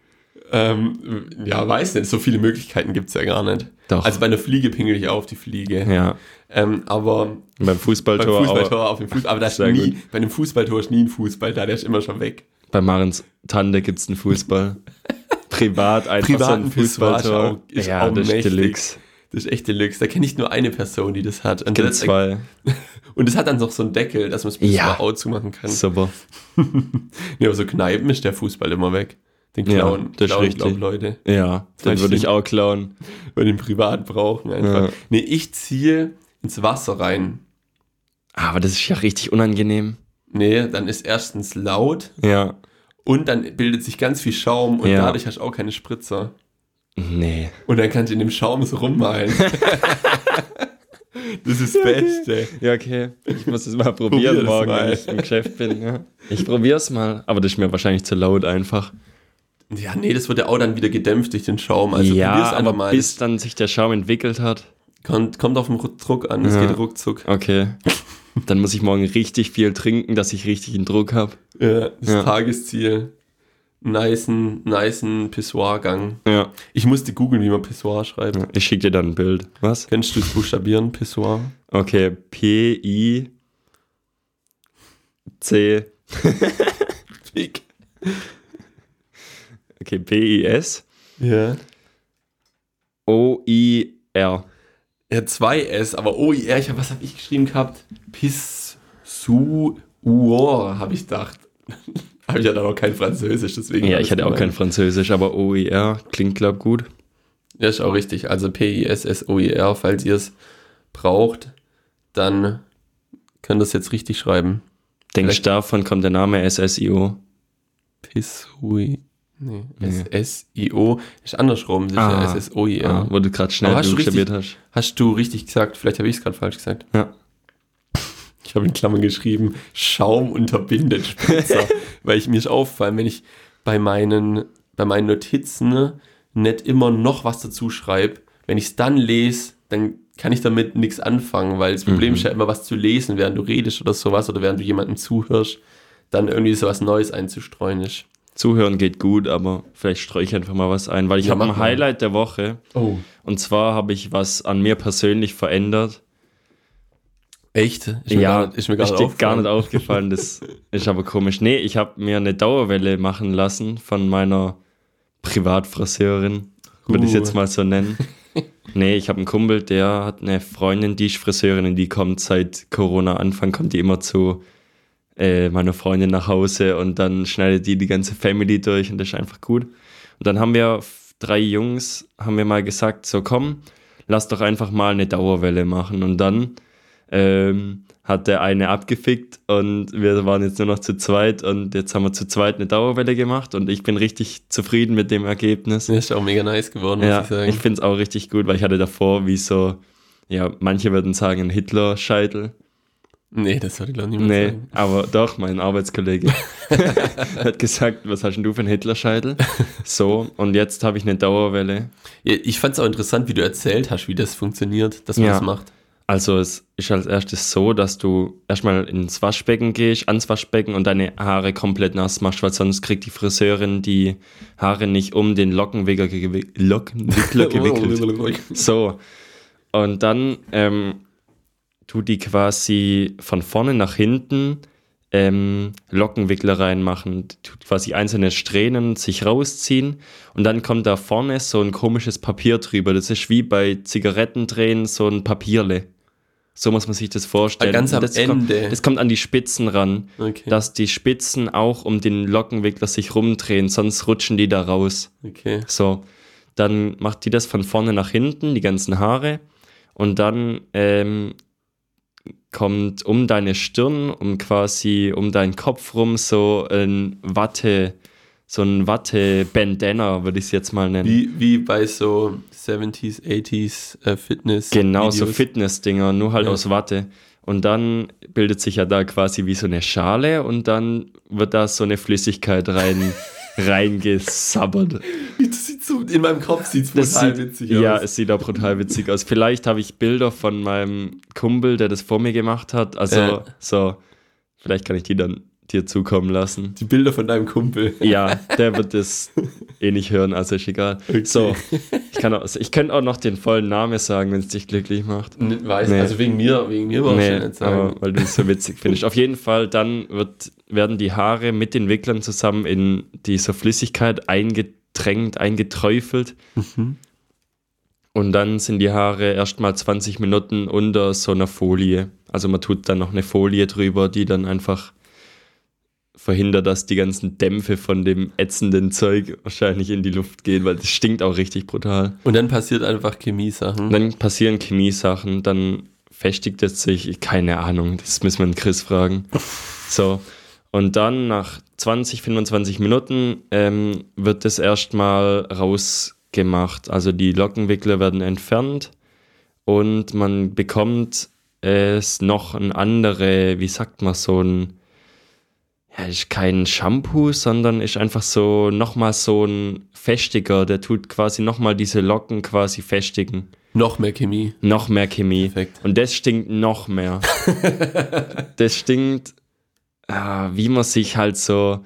S2: Ähm, ja, weiß nicht, so viele Möglichkeiten gibt's ja gar nicht.
S1: Doch.
S2: Also bei einer Fliege pingel ich auf die Fliege.
S1: Ja,
S2: Ähm, aber
S1: Und beim
S2: beim
S1: Fußballtor, auch,
S2: Fußballtor auf dem Fußball, aber das ist
S1: Sehr
S2: nie, bei einem Fußballtor ist nie ein Fußball da, der ist immer schon weg.
S1: bei Marens Tante gibt es einen Fußball. Privat einfach
S2: Privaten
S1: so ein Fußballtor.
S2: Pissoir ist auch- ist
S1: ja,
S2: auch
S1: das ist
S2: mächtig.
S1: Deluxe.
S2: Das ist echt Deluxe. Da kenne ich nur eine Person, die das hat. Und
S1: Gibt
S2: das, und
S1: zwei.
S2: das hat dann noch so einen Deckel, dass man es
S1: Ja.
S2: auch zumachen kann.
S1: Super.
S2: Nee, aber so Kneipen ist der Fußball immer weg. Den
S1: Ja,
S2: klauen,
S1: das ist
S2: klauen
S1: richtig.
S2: glaub, Leute.
S1: Ja, dann
S2: Vielleicht
S1: würde ich
S2: den-
S1: auch klauen.
S2: Weil den privat brauchen einfach.
S1: Ja.
S2: Nee, ich ziehe ins Wasser rein.
S1: Aber das ist ja richtig unangenehm.
S2: Nee, dann ist erstens laut
S1: Ja.
S2: und dann bildet sich ganz viel Schaum und
S1: Ja.
S2: dadurch hast du auch keine Spritzer.
S1: Nee.
S2: Und dann kannst du in dem Schaum so rummalen. das ist das Beste.
S1: Ja, okay. Ich muss es mal
S2: Probier
S1: probieren
S2: das
S1: morgen,
S2: mal.
S1: wenn ich im Geschäft bin. Ja. Ich probiere es mal, aber das ist mir wahrscheinlich zu laut einfach.
S2: Ja, nee, das wird ja auch dann wieder gedämpft durch den Schaum. Also probier's
S1: ja,
S2: einfach
S1: aber
S2: mal.
S1: bis dann sich der Schaum entwickelt hat.
S2: Das kommt, kommt auf den Ru- Druck an, es
S1: Ja.
S2: geht ruckzuck.
S1: Okay. Dann muss ich morgen richtig viel trinken, dass ich richtig einen Druck habe.
S2: Ja, Äh, das
S1: Ja.
S2: Tagesziel. Nicen, nicen Pissoir-Gang.
S1: Ja.
S2: Ich musste googeln, wie man Pissoir schreibt.
S1: Ich schicke dir dann ein Bild. Was?
S2: Kennst du das Buchstabieren, Pissoir?
S1: Okay. P, I, C. Okay, P, I, S,
S2: Ja.
S1: O, I, R.
S2: Ja, zwei S, aber oh ja, ich hab, was habe ich geschrieben gehabt? Pissuor, habe ich gedacht. habe ich ja dann auch kein Französisch, deswegen.
S1: Ja,
S2: hab
S1: ich hatte auch kein
S2: gemeint.
S1: Französisch, aber O, I, R klingt, glaub gut.
S2: Ja, ist auch richtig. Also P-I-S-S-O-I-R, falls ihr es braucht, dann könnt ihr es jetzt richtig schreiben.
S1: Denkst
S2: Vielleicht-
S1: du, davon kommt der Name S, S, I, O?
S2: Pissui. Nee,
S1: Nee.
S2: S-S-I-O. Ist andersrum, sicher
S1: Ah.
S2: S-S-O-I-R.
S1: Ah, wo du gerade schnell
S2: Aber hast du
S1: buchstabiert hast.
S2: Hast du richtig gesagt? Vielleicht habe ich es gerade falsch gesagt.
S1: Ja.
S2: Ich habe in Klammern geschrieben, Schaum unterbindet Spritzer. weil ich mir ist auffallen, wenn ich bei meinen, bei meinen Notizen nicht immer noch was dazu schreibe, wenn ich es dann lese, dann kann ich damit nichts anfangen, weil das
S1: Mhm.
S2: Problem ist ja immer, was zu lesen, während du redest oder sowas oder während du jemandem zuhörst, dann irgendwie sowas Neues einzustreuen ist.
S1: Zuhören geht gut, aber vielleicht streue ich einfach mal was ein, weil ich
S2: Ja,
S1: habe
S2: mach
S1: ein
S2: mal.
S1: Highlight der Woche.
S2: Oh.
S1: Und zwar habe ich was an mir persönlich verändert.
S2: Echt? Ist mir gar nicht, ist mir gar nicht
S1: richtig gar
S2: aufgefallen.
S1: nicht aufgefallen. Das ist aber komisch. Nee, ich habe mir eine Dauerwelle machen lassen von meiner Privatfriseurin. Würde ich
S2: Uh.
S1: jetzt mal so nennen. Nee, ich habe einen Kumpel, der hat eine Freundin, die ist Friseurin und die kommt seit Corona-Anfang, kommt die immer zu äh, meiner Freundin nach Hause und dann schneidet die die ganze Family durch und das ist einfach gut. Und dann haben wir f- drei Jungs, haben wir mal gesagt, so komm, lass doch einfach mal eine Dauerwelle machen. Und dann ähm, hat der eine abgefickt und wir waren jetzt nur noch zu zweit und jetzt haben wir zu zweit eine Dauerwelle gemacht und ich bin richtig zufrieden mit dem Ergebnis.
S2: Ja, Ist auch mega nice geworden, muss
S1: Ja,
S2: ich
S1: ich,
S2: sagen.
S1: finde es auch richtig gut, weil ich hatte davor wie so, ja, manche würden sagen, ein Hitler-Scheitel.
S2: Nee, das würde ich glaube niemand
S1: Nee,
S2: sagen.
S1: aber doch, mein Arbeitskollege hat gesagt, was hast denn du für einen Hitlerscheitel? So, und jetzt habe ich eine Dauerwelle.
S2: Ja, Ich fand es auch interessant, wie du erzählt hast, wie das funktioniert, dass man
S1: Ja.
S2: das macht.
S1: Also es ist als erstes so, dass du erstmal ins Waschbecken gehst, ans Waschbecken und deine Haare komplett nass machst, weil sonst kriegt die Friseurin die Haare nicht um den Lockenwickler, gewi- Lockenwickler
S2: Oh,
S1: gewickelt. So. Und dann ähm, tu die quasi von vorne nach hinten ähm, Lockenwickler reinmachen. Tu quasi einzelne Strähnen sich rausziehen. Und dann kommt da vorne so ein komisches Papier drüber. Das ist wie bei Zigarettendrehen so ein Papierle. So muss man sich das vorstellen.
S2: ganz
S1: Und
S2: am
S1: das Kommt,
S2: Ende.
S1: das kommt an die Spitzen ran,
S2: Okay.
S1: dass die Spitzen auch um den Lockenwickler sich rumdrehen, sonst rutschen die da raus.
S2: okay.
S1: So, dann macht die das von vorne nach hinten, die ganzen Haare. Und dann ähm, kommt um deine Stirn, um quasi um deinen Kopf rum so ein Watte, so ein Watte-Bandana, würde ich es jetzt mal nennen.
S2: Wie, wie bei so 70s, 80s äh, Fitness.
S1: Genau, so
S2: Videos.
S1: Fitness-Dinger, nur halt
S2: Ja.
S1: aus Watte. Und dann bildet sich ja da quasi wie so eine Schale und dann wird da so eine Flüssigkeit rein, reingesabbert.
S2: Das sieht so, in meinem Kopf sieht es
S1: Das
S2: total
S1: sieht,
S2: witzig
S1: ja,
S2: aus.
S1: es sieht auch brutal witzig aus. Vielleicht habe ich Bilder von meinem Kumpel, der das vor mir gemacht hat. Also,
S2: Ja.
S1: so, vielleicht kann ich die dann dir zukommen lassen.
S2: Die Bilder von deinem Kumpel.
S1: Ja, der wird das eh nicht hören, also ist egal. So, ich, kann auch, ich könnte auch noch den vollen Namen sagen, wenn es dich glücklich macht.
S2: Nicht weiß,
S1: Nee.
S2: also wegen mir, wegen mir war
S1: Nee,
S2: ich nicht sagen.
S1: aber weil du es so witzig findest. Auf jeden Fall, dann wird, werden die Haare mit den Wicklern zusammen in dieser Flüssigkeit eingetränkt, eingeträufelt. Und dann sind die Haare erstmal 20 Minuten unter so einer Folie. Also man tut dann noch eine Folie drüber, die dann einfach verhindert, dass die ganzen Dämpfe von dem ätzenden Zeug wahrscheinlich in die Luft gehen, weil das stinkt auch richtig brutal.
S2: Und dann passiert einfach Chemie-Sachen.
S1: Und dann passieren Chemiesachen, dann festigt es sich, keine Ahnung, das müssen wir den Chris fragen. So, und dann nach 20, 25 Minuten ähm, wird das erstmal rausgemacht. Also die Lockenwickler werden entfernt und man bekommt es noch ein andere, wie sagt man, so ein, ja, ist kein Shampoo, sondern ist einfach so nochmal so ein Festiger, der tut quasi nochmal diese Locken quasi festigen
S2: Noch mehr Chemie.
S1: noch mehr Chemie.
S2: Perfekt.
S1: Und das stinkt noch mehr. das stinkt, ah, wie man sich halt so,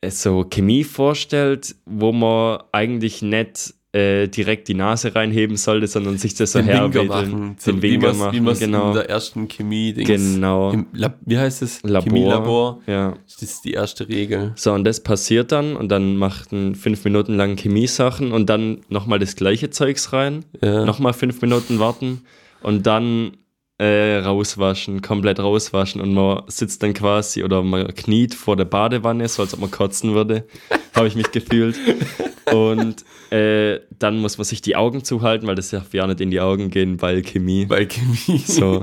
S1: äh, so Chemie vorstellt, wo man eigentlich nicht äh, direkt die Nase reinheben sollte, sondern sich das so herwedeln,
S2: So
S1: den
S2: wie
S1: Winker
S2: man's- Wie
S1: machen,
S2: man es in
S1: genau.
S2: der ersten Chemie-Dings.
S1: Genau,
S2: Im Lab, wie heißt es?
S1: Labor.
S2: Chemielabor.
S1: ja.
S2: Das ist die erste Regel.
S1: So, und das passiert dann und dann machten fünf Minuten lang Chemiesachen und dann nochmal das gleiche Zeugs rein.
S2: Ja.
S1: nochmal fünf Minuten warten und dann äh, rauswaschen, komplett rauswaschen und man sitzt dann quasi oder man kniet vor der Badewanne, so als ob man kotzen würde, habe ich mich gefühlt. Und äh, dann muss man sich die Augen zuhalten, weil das darf ja nicht in die Augen gehen, weil Chemie.
S2: Weil Chemie.
S1: So.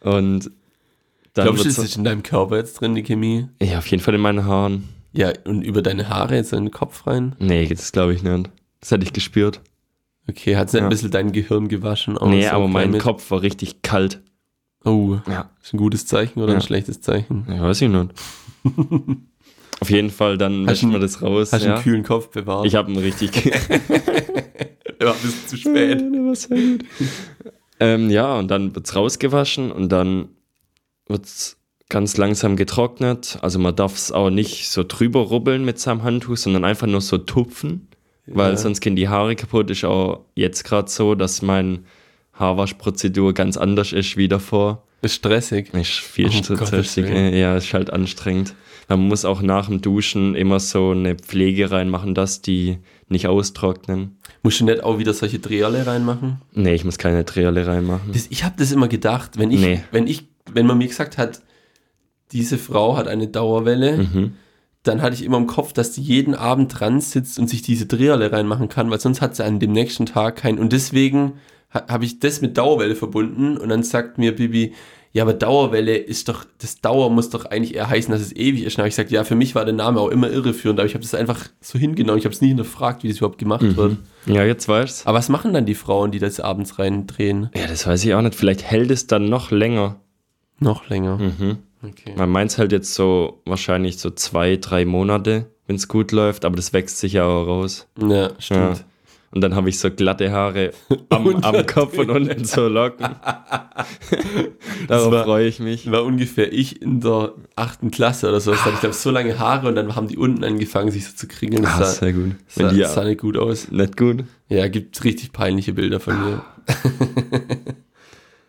S1: Und dann
S2: Glaubst du,
S1: wird's
S2: das ist in deinem Körper jetzt drin, die Chemie?
S1: ja, auf jeden Fall in meinen Haaren.
S2: Ja, und über deine Haare jetzt in den Kopf rein?
S1: Nee, das glaube ich nicht. Das hätte ich gespürt.
S2: Okay, hat es nicht
S1: Ja.
S2: ein bisschen dein Gehirn gewaschen? Oh, auch
S1: nee,
S2: so
S1: aber mein
S2: damit?
S1: Kopf war richtig kalt.
S2: Oh,
S1: Ja.
S2: ist ein gutes Zeichen oder
S1: Ja.
S2: ein schlechtes Zeichen?
S1: Ja, weiß ich nicht. Auf jeden Fall, dann
S2: Hast
S1: wischen
S2: du-
S1: wir das raus.
S2: Hast du
S1: ja.
S2: einen kühlen Kopf bewahrt?
S1: Ich habe einen richtig.
S2: war ein bisschen zu spät.
S1: ähm, ja, und dann wird's rausgewaschen und dann wird's ganz langsam getrocknet. Also man darf's auch nicht so drüber rubbeln mit seinem Handtuch, sondern einfach nur so tupfen, weil
S2: Ja.
S1: sonst gehen die Haare kaputt. Ist auch jetzt gerade so, dass mein Haarwaschprozedur ganz anders ist wie davor.
S2: Ist stressig.
S1: Ist viel
S2: Um Gottes
S1: stressig.
S2: Willen.
S1: äh, Ja, ist halt anstrengend. Man muss auch nach dem Duschen immer so eine Pflege reinmachen, dass die nicht austrocknen.
S2: Musst du nicht auch wieder solche Dreherle reinmachen?
S1: Nee, ich muss keine Trielle reinmachen.
S2: Das, ich habe das immer gedacht, wenn ich,
S1: Nee.
S2: wenn ich, wenn man mir gesagt hat, diese Frau hat eine Dauerwelle,
S1: Mhm.
S2: dann hatte ich immer im Kopf, dass die jeden Abend dran sitzt und sich diese Dreherle reinmachen kann, weil sonst hat sie an dem nächsten Tag keinen. Und deswegen ha, habe ich das mit Dauerwelle verbunden und dann sagt mir Bibi, ja, aber Dauerwelle ist doch, das Dauer muss doch eigentlich eher heißen, dass es ewig ist. Und dann habe ich gesagt, ja, für mich war der Name auch immer irreführend, aber ich habe das einfach so hingenommen. Ich habe es nie hinterfragt, wie das überhaupt gemacht
S1: Mhm.
S2: wird.
S1: Ja, jetzt weißt
S2: Aber was machen dann die Frauen, die das abends reindrehen?
S1: Ja, das weiß ich auch nicht. Vielleicht hält es dann noch länger.
S2: Noch länger.
S1: Mhm.
S2: Okay.
S1: Man meint halt jetzt so wahrscheinlich so zwei, drei Monate, wenn es gut läuft, aber das wächst sich ja auch raus.
S2: Ja, stimmt.
S1: Ja. Und dann habe ich so glatte Haare am, am Kopf und unten so Locken. Darauf
S2: war-
S1: freue ich mich.
S2: War ungefähr ich in der achten Klasse oder so. Das hatte ich glaube so lange Haare und dann haben die unten angefangen, sich so zu kringeln. Das
S1: Ah,
S2: sah,
S1: sehr gut. Wenn
S2: sah,
S1: die
S2: sah nicht gut aus.
S1: nicht gut.
S2: Ja, gibt richtig peinliche Bilder von mir.
S1: Ah,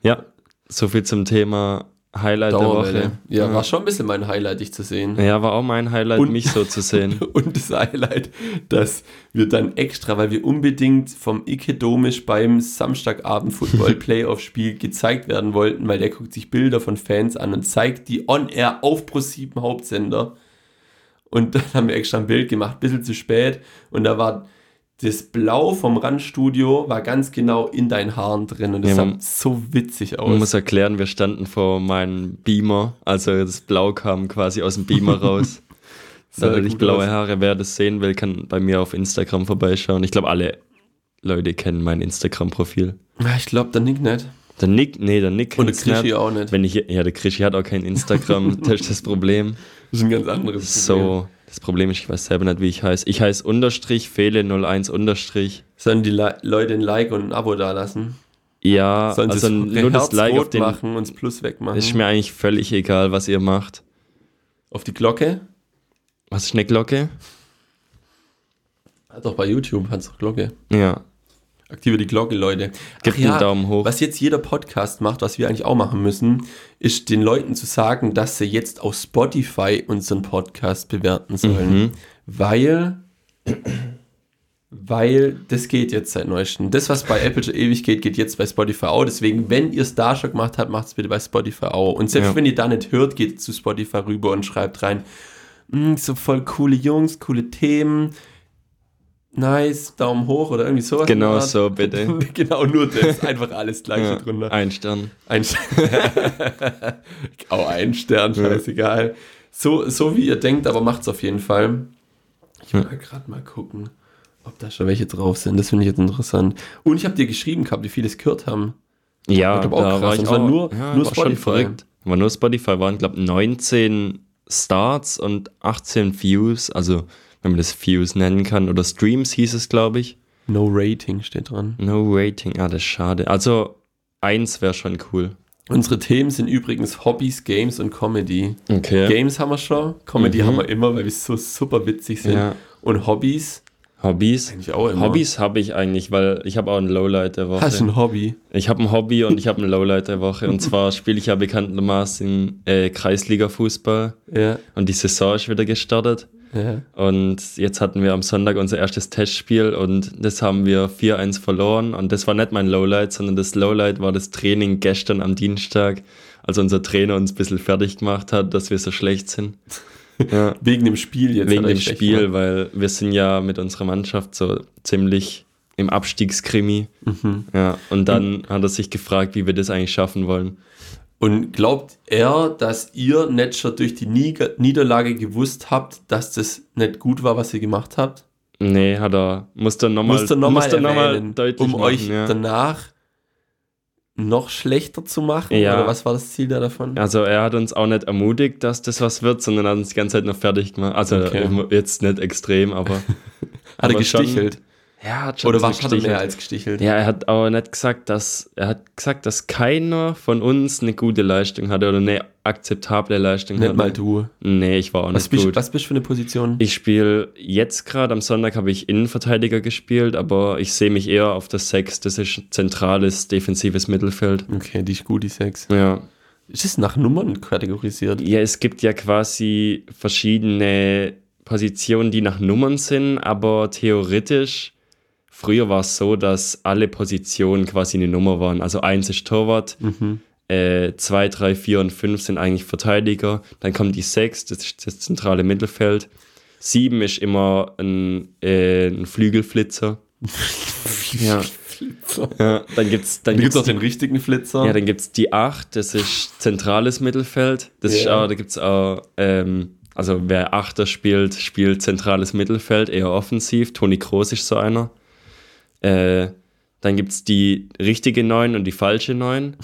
S1: Ja, so viel zum Thema Highlight der Woche.
S2: Dauerwelle. Ja, war schon ein bisschen mein Highlight, dich zu sehen.
S1: Ja, war auch mein Highlight,
S2: Und-
S1: mich so zu sehen.
S2: Und das Highlight, dass wir dann extra, weil wir unbedingt vom Ikedomisch beim Samstagabend Football Playoff Spiel gezeigt werden wollten, weil der guckt sich Bilder von Fans an und zeigt die on air auf ProSieben Hauptsender. Und dann haben wir extra ein Bild gemacht, ein bisschen zu spät. Und da war das Blau vom Randstudio war ganz genau in deinen Haaren drin. Und das
S1: Ja,
S2: sah
S1: man-
S2: so witzig
S1: Man
S2: aus.
S1: muss erklären, wir standen vor meinem Beamer, also das Blau kam quasi aus dem Beamer raus.
S2: Sah
S1: Natürlich
S2: gut
S1: blaue
S2: aus.
S1: Haare. Wer das sehen will, kann bei mir auf Instagram vorbeischauen. Ich glaube, alle Leute kennen mein Instagram-Profil.
S2: Ja, Ich glaube, der Nick nicht.
S1: Der Nick, nee, der Nick
S2: Und der
S1: kennt's nicht.
S2: Krischi auch nicht.
S1: Wenn ich, ja, der Krischi hat auch kein Instagram, das ist das Problem.
S2: Das ist ein ganz anderes Problem.
S1: So, das Problem ist, ich weiß selber nicht, wie ich heiße. Ich heiße Unterstrich, Fehle 01 Unterstrich.
S2: Sollen die Le Leute ein Like und ein Abo dalassen?
S1: Ja,
S2: Sollen
S1: also
S2: sie
S1: nur das
S2: Herz
S1: Like auf
S2: rot
S1: den.
S2: machen und das Plus wegmachen?
S1: Ist mir eigentlich völlig egal, was ihr macht.
S2: auf die Glocke?
S1: Was ist eine Glocke?
S2: Hat doch bei YouTube, hat's doch Glocke.
S1: Ja.
S2: Aktiviere die Glocke, Leute.
S1: Gebt einen Daumen hoch.
S2: Was jetzt jeder Podcast macht, was wir eigentlich auch machen müssen, ist den Leuten zu sagen, dass sie jetzt auf Spotify unseren Podcast bewerten sollen.
S1: Mhm.
S2: Weil, weil das geht jetzt seit neuestem. Das, was bei Apple schon ewig geht, geht jetzt bei Spotify auch. Deswegen, wenn ihr es da schon gemacht habt, macht es bitte bei Spotify auch. Und selbst
S1: Ja.
S2: wenn ihr da nicht hört, geht zu Spotify rüber und schreibt rein, "Mm, so voll coole Jungs, coole Themen, nice, Daumen hoch oder irgendwie sowas. in der
S1: Genau
S2: Art.
S1: so, bitte.
S2: genau nur das. Einfach alles gleiche
S1: Ja.
S2: drunter.
S1: Ein Stern.
S2: Ein Stern. Auch ein Stern, scheißegal. So, so wie ihr denkt, aber macht's auf jeden Fall. Ich will gerade mal gucken, ob da schon welche drauf sind. Das finde ich jetzt interessant. Und ich habe dir geschrieben gehabt, wie viele es gehört haben.
S1: Ja,
S2: Ich
S1: da
S2: glaub auch krass.
S1: war
S2: Und
S1: ich
S2: es war
S1: auch,
S2: nur-
S1: ja,
S2: nur
S1: war schon
S2: Spotify.
S1: verrückt. War nur Spotify waren, glaube 19 Starts und 18 Views, also wenn man das Views nennen kann, oder Streams hieß es, glaube ich.
S2: No Rating steht dran.
S1: No Rating, ah, das ist schade. Also, eins wäre schon cool.
S2: Unsere Themen sind übrigens Hobbys, Games und Comedy.
S1: Okay.
S2: Games haben wir schon, Comedy
S1: Mhm.
S2: haben wir immer, weil wir so super witzig sind.
S1: Ja.
S2: Und Hobbys
S1: Hobbys?
S2: eigentlich auch immer.
S1: Hobbys habe ich eigentlich, weil ich habe auch ein Lowlight der Woche.
S2: Hast du ein Hobby?
S1: Ich habe ein Hobby und ich habe ein Lowlight der Woche. Und zwar spiele ich ja bekanntermaßen äh, Kreisliga-Fußball
S2: Ja.
S1: und die Saison ist wieder gestartet.
S2: ja.
S1: Und jetzt hatten wir am Sonntag unser erstes Testspiel und das haben wir 4-1 verloren. Und das war nicht mein Lowlight, sondern das Lowlight war das Training gestern am Dienstag, als unser Trainer uns ein bisschen fertig gemacht hat, dass wir so schlecht sind. Ja,
S2: Wegen dem Spiel jetzt.
S1: wegen
S2: hat er
S1: dem
S2: schlecht
S1: Spiel, weil wir sind ja mit unserer Mannschaft so ziemlich im Abstiegskrimi.
S2: gemacht. Mhm.
S1: Ja, und
S2: Hm.
S1: dann hat er sich gefragt, wie wir das eigentlich schaffen wollen.
S2: Und glaubt er, dass ihr nicht schon durch die Niege- Niederlage gewusst habt, dass das nicht gut war, was ihr gemacht habt?
S1: Nee, hat er, musste nochmal
S2: Musst du nochmal
S1: musste noch mal
S2: erwähnen,
S1: deutlich
S2: um
S1: machen,
S2: euch
S1: ja.
S2: danach noch schlechter zu machen?
S1: Ja.
S2: Oder was war das Ziel da davon?
S1: Also er hat uns auch nicht ermutigt, dass das was wird, sondern hat uns die ganze Zeit noch fertig gemacht. Also
S2: Okay.
S1: jetzt nicht extrem, aber
S2: Hat er
S1: aber schon-
S2: gestichelt?
S1: ja, hat
S2: Oder
S1: so
S2: was hat er
S1: gestichelt.
S2: mehr als gestichelt?
S1: Ja, er hat aber nicht gesagt, dass er hat gesagt, dass keiner von uns eine gute Leistung hatte oder eine akzeptable Leistung
S2: Nicht
S1: hatte.
S2: mal du.
S1: Nee, ich war auch
S2: Was
S1: nicht
S2: bist,
S1: gut.
S2: was bist du für eine Position?
S1: Ich spiele jetzt gerade, am Sonntag habe ich Innenverteidiger gespielt, aber ich sehe mich eher auf der Sechs. Das ist zentrales defensives Mittelfeld.
S2: Okay, die ist gut, die Sex.
S1: Ja.
S2: Ist es nach Nummern kategorisiert?
S1: Ja, es gibt ja quasi verschiedene Positionen, die nach Nummern sind, aber theoretisch, früher war es so, dass alle Positionen quasi eine Nummer waren. Also eins ist Torwart,
S2: Mhm.
S1: äh, zwei, drei, vier und fünf sind eigentlich Verteidiger, dann kommt die sechs, das ist das zentrale Mittelfeld. Sieben ist immer ein, äh, ein Flügelflitzer. Ja.
S2: Flitzer.
S1: Ja, dann gibt's, dann
S2: Dann gibt
S1: gibt's,
S2: es auch den richtigen Flitzer.
S1: ja, dann gibt's die 8, das ist zentrales Mittelfeld. Das ist
S2: Ja.
S1: auch, da gibt's auch, ähm, also wer Achter spielt, spielt zentrales Mittelfeld, eher offensiv. Toni Kroos ist so einer. Äh, dann gibt's die richtige 9 und die falsche 9.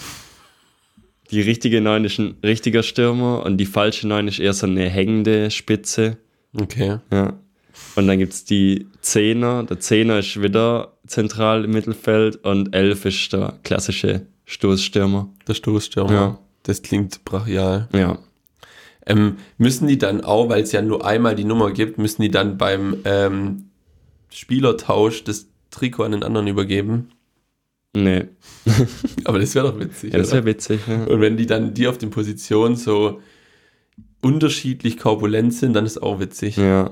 S1: die richtige 9 ist ein richtiger Stürmer und die falsche 9 ist eher so eine hängende Spitze.
S2: Okay.
S1: Ja. Und dann gibt es die Zehner. Der Zehner ist wieder zentral im Mittelfeld und Elf ist der klassische Stoßstürmer.
S2: Der Stoßstürmer.
S1: Ja.
S2: Das klingt brachial.
S1: Ja.
S2: Ähm, müssen die dann auch, weil es ja nur einmal die Nummer gibt, müssen die dann beim ähm, Spielertausch das Trikot an den anderen übergeben?
S1: Nee.
S2: Aber das wäre doch witzig.
S1: Ja, das
S2: oder?
S1: wäre witzig. Ja.
S2: Und wenn die dann die auf den Positionen so unterschiedlich korpulent sind, dann ist auch witzig.
S1: ja.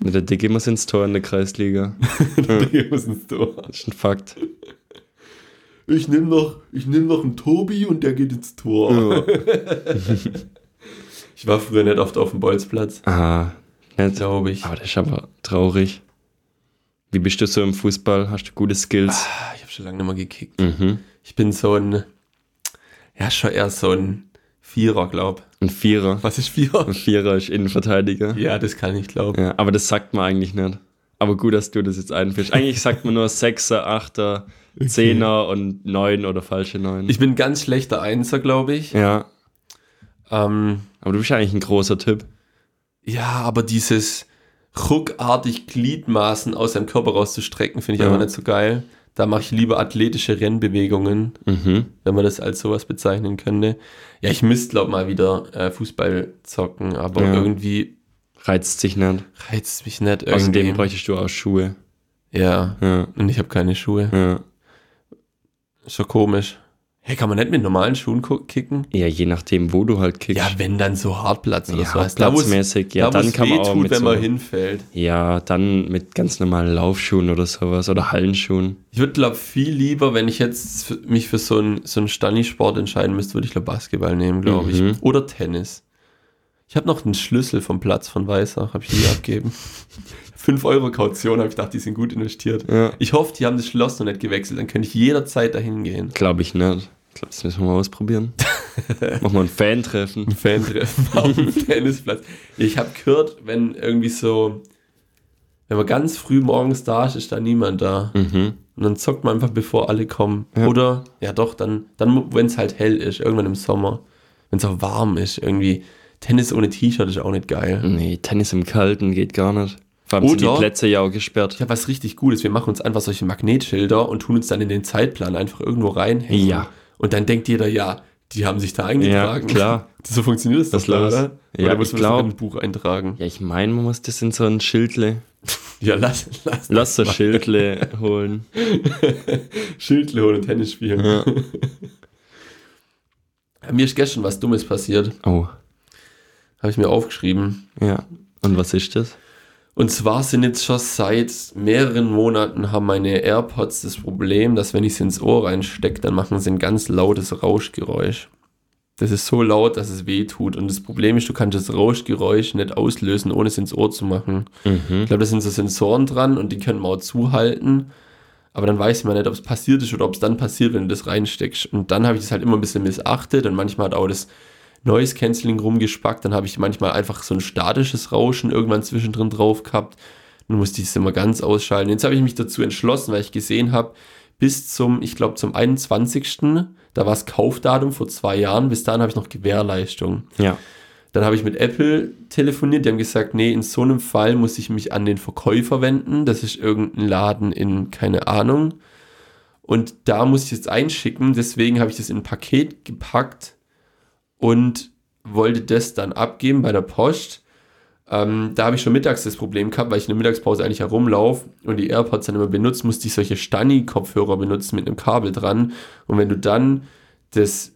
S1: Der Dicke muss ins Tor in der Kreisliga.
S2: Die müssen ins Tor.
S1: Das ist ein Fakt.
S2: Ich nehme noch, ich nehm noch einen Tobi und der geht ins Tor. Ich war früher nicht oft auf dem Bolzplatz,
S1: Ah, nett.
S2: glaube ich.
S1: Aber das ist aber traurig. Wie bist du so im Fußball? Hast du gute Skills?
S2: Ah, Ich habe schon lange nicht mehr gekickt.
S1: Mhm.
S2: Ich bin so ein, ja, schon eher so ein Vierer, glaub.
S1: Ein Vierer.
S2: Was ist Vierer?
S1: Ein Vierer ist Innenverteidiger.
S2: Ja, das kann ich glauben.
S1: Ja, aber das sagt man eigentlich nicht. Aber gut, dass du das jetzt einführst. Eigentlich sagt man nur Sechser, Achter, Zehner und Neun oder falsche Neun.
S2: Ich bin ein ganz schlechter Einser, glaube ich.
S1: ja,
S2: Ähm,
S1: aber du bist ja eigentlich ein großer Typ.
S2: ja, aber dieses ruckartig Gliedmaßen aus seinem Körper rauszustrecken, finde ich
S1: Ja.
S2: aber nicht so geil. Da mache ich lieber athletische Rennbewegungen,
S1: Mhm.
S2: wenn man das als sowas bezeichnen könnte. Ja, ich müsste, glaube mal wieder äh, Fußball zocken, aber
S1: Ja.
S2: irgendwie
S1: Reizt sich nicht.
S2: reizt mich nicht
S1: Außerdem
S2: irgendwie.
S1: bräuchtest du auch Schuhe.
S2: Ja,
S1: Ja,
S2: und ich habe keine Schuhe.
S1: ja.
S2: Ist Schon komisch. Hey, kann man nicht mit normalen Schuhen ko- kicken?
S1: ja je nachdem, wo du halt kickst.
S2: Ja, wenn dann so Hartplatz oder
S1: Ja,
S2: sowas. Da, wo's-
S1: platzmäßig. Ja,
S2: da, wo's
S1: dann kann man auch
S2: wehtut,
S1: mit
S2: wenn
S1: so,
S2: man hinfällt.
S1: Ja, dann mit ganz normalen Laufschuhen oder sowas oder Hallenschuhen.
S2: Ich würde, glaube viel lieber, wenn ich jetzt f- mich für so einen so einen Stani-Sport entscheiden müsste, würde ich, glaube Basketball nehmen, glaube
S1: Mhm.
S2: ich. Oder Tennis. Ich habe noch einen Schlüssel vom Platz von Weißach, habe ich nie abgeben. 5 Euro Kaution, habe ich gedacht, die sind gut investiert.
S1: Ja.
S2: Ich hoffe, die haben das Schloss noch nicht gewechselt, dann könnte ich jederzeit dahin gehen.
S1: Glaube ich nicht. Ich glaube, das müssen wir mal ausprobieren. Machen wir ein Fan-Treffen.
S2: Fan-Treffen auf dem Tennisplatz. Ich habe gehört, wenn irgendwie so, wenn man ganz früh morgens da ist, ist da niemand da.
S1: Mhm.
S2: Und dann zockt man einfach, bevor alle kommen.
S1: Ja.
S2: Oder, ja doch, dann, dann wenn es halt hell ist, irgendwann im Sommer. Wenn es auch warm ist, irgendwie. Tennis ohne T-Shirt ist auch nicht geil.
S1: Nee, Tennis im Kalten geht gar nicht. Vor allem sind die
S2: Oder-
S1: Plätze ja auch
S2: Ich
S1: gesperrt.
S2: habe was richtig Gutes. Wir machen uns einfach solche Magnetschilder und tun uns dann in den Zeitplan einfach irgendwo reinhängen.
S1: Ja.
S2: Und dann denkt jeder, ja, die haben sich da eingetragen.
S1: Ja, klar.
S2: So funktioniert das,
S1: Das
S2: doch, klar,
S1: los.
S2: oder?
S1: Ja,
S2: oder muss
S1: ich
S2: man das
S1: glaub-
S2: in ein Buch eintragen?
S1: Ja, ich meine, man muss das in so ein Schildle,
S2: Ja, lass, lass,
S1: lass das Schildle holen.
S2: Schildle holen und Tennis spielen.
S1: Ja.
S2: Mir ist gestern was Dummes passiert.
S1: Oh,
S2: Habe ich mir aufgeschrieben.
S1: ja. Und was ist das?
S2: Und zwar sind jetzt schon seit mehreren Monaten haben meine AirPods das Problem, dass wenn ich sie ins Ohr reinstecke, dann machen sie ein ganz lautes Rauschgeräusch. Das ist so laut, dass es weh tut. Und das Problem ist, du kannst das Rauschgeräusch nicht auslösen, ohne es ins Ohr zu machen. Ich
S1: Mhm.
S2: glaube, da sind so Sensoren dran und die können wir auch zuhalten. Aber dann weiß man nicht, ob es passiert ist oder ob es dann passiert, wenn du das reinsteckst. Und dann habe ich das halt immer ein bisschen missachtet und manchmal hat auch das Noise Cancelling rumgespackt. Dann habe ich manchmal einfach so ein statisches Rauschen irgendwann zwischendrin drauf gehabt. Dann musste ich es immer ganz ausschalten. Jetzt habe ich mich dazu entschlossen, weil ich gesehen habe, bis zum, ich glaube, zum 21. Da war das Kaufdatum vor zwei Jahren. Bis dahin habe ich noch Gewährleistung.
S1: Ja.
S2: Dann habe ich mit Apple telefoniert, die haben gesagt, nee, in so einem Fall muss ich mich an den Verkäufer wenden. Das ist irgendein Laden in, keine Ahnung. Und da muss ich jetzt einschicken, deswegen habe ich das in ein Paket gepackt und wollte das dann abgeben bei der Post. Ähm, da habe ich schon mittags das Problem gehabt, weil ich in der Mittagspause eigentlich herumlaufe und die AirPods dann immer benutzt, musste ich solche Stani-Kopfhörer benutzen mit einem Kabel dran. Und wenn du dann das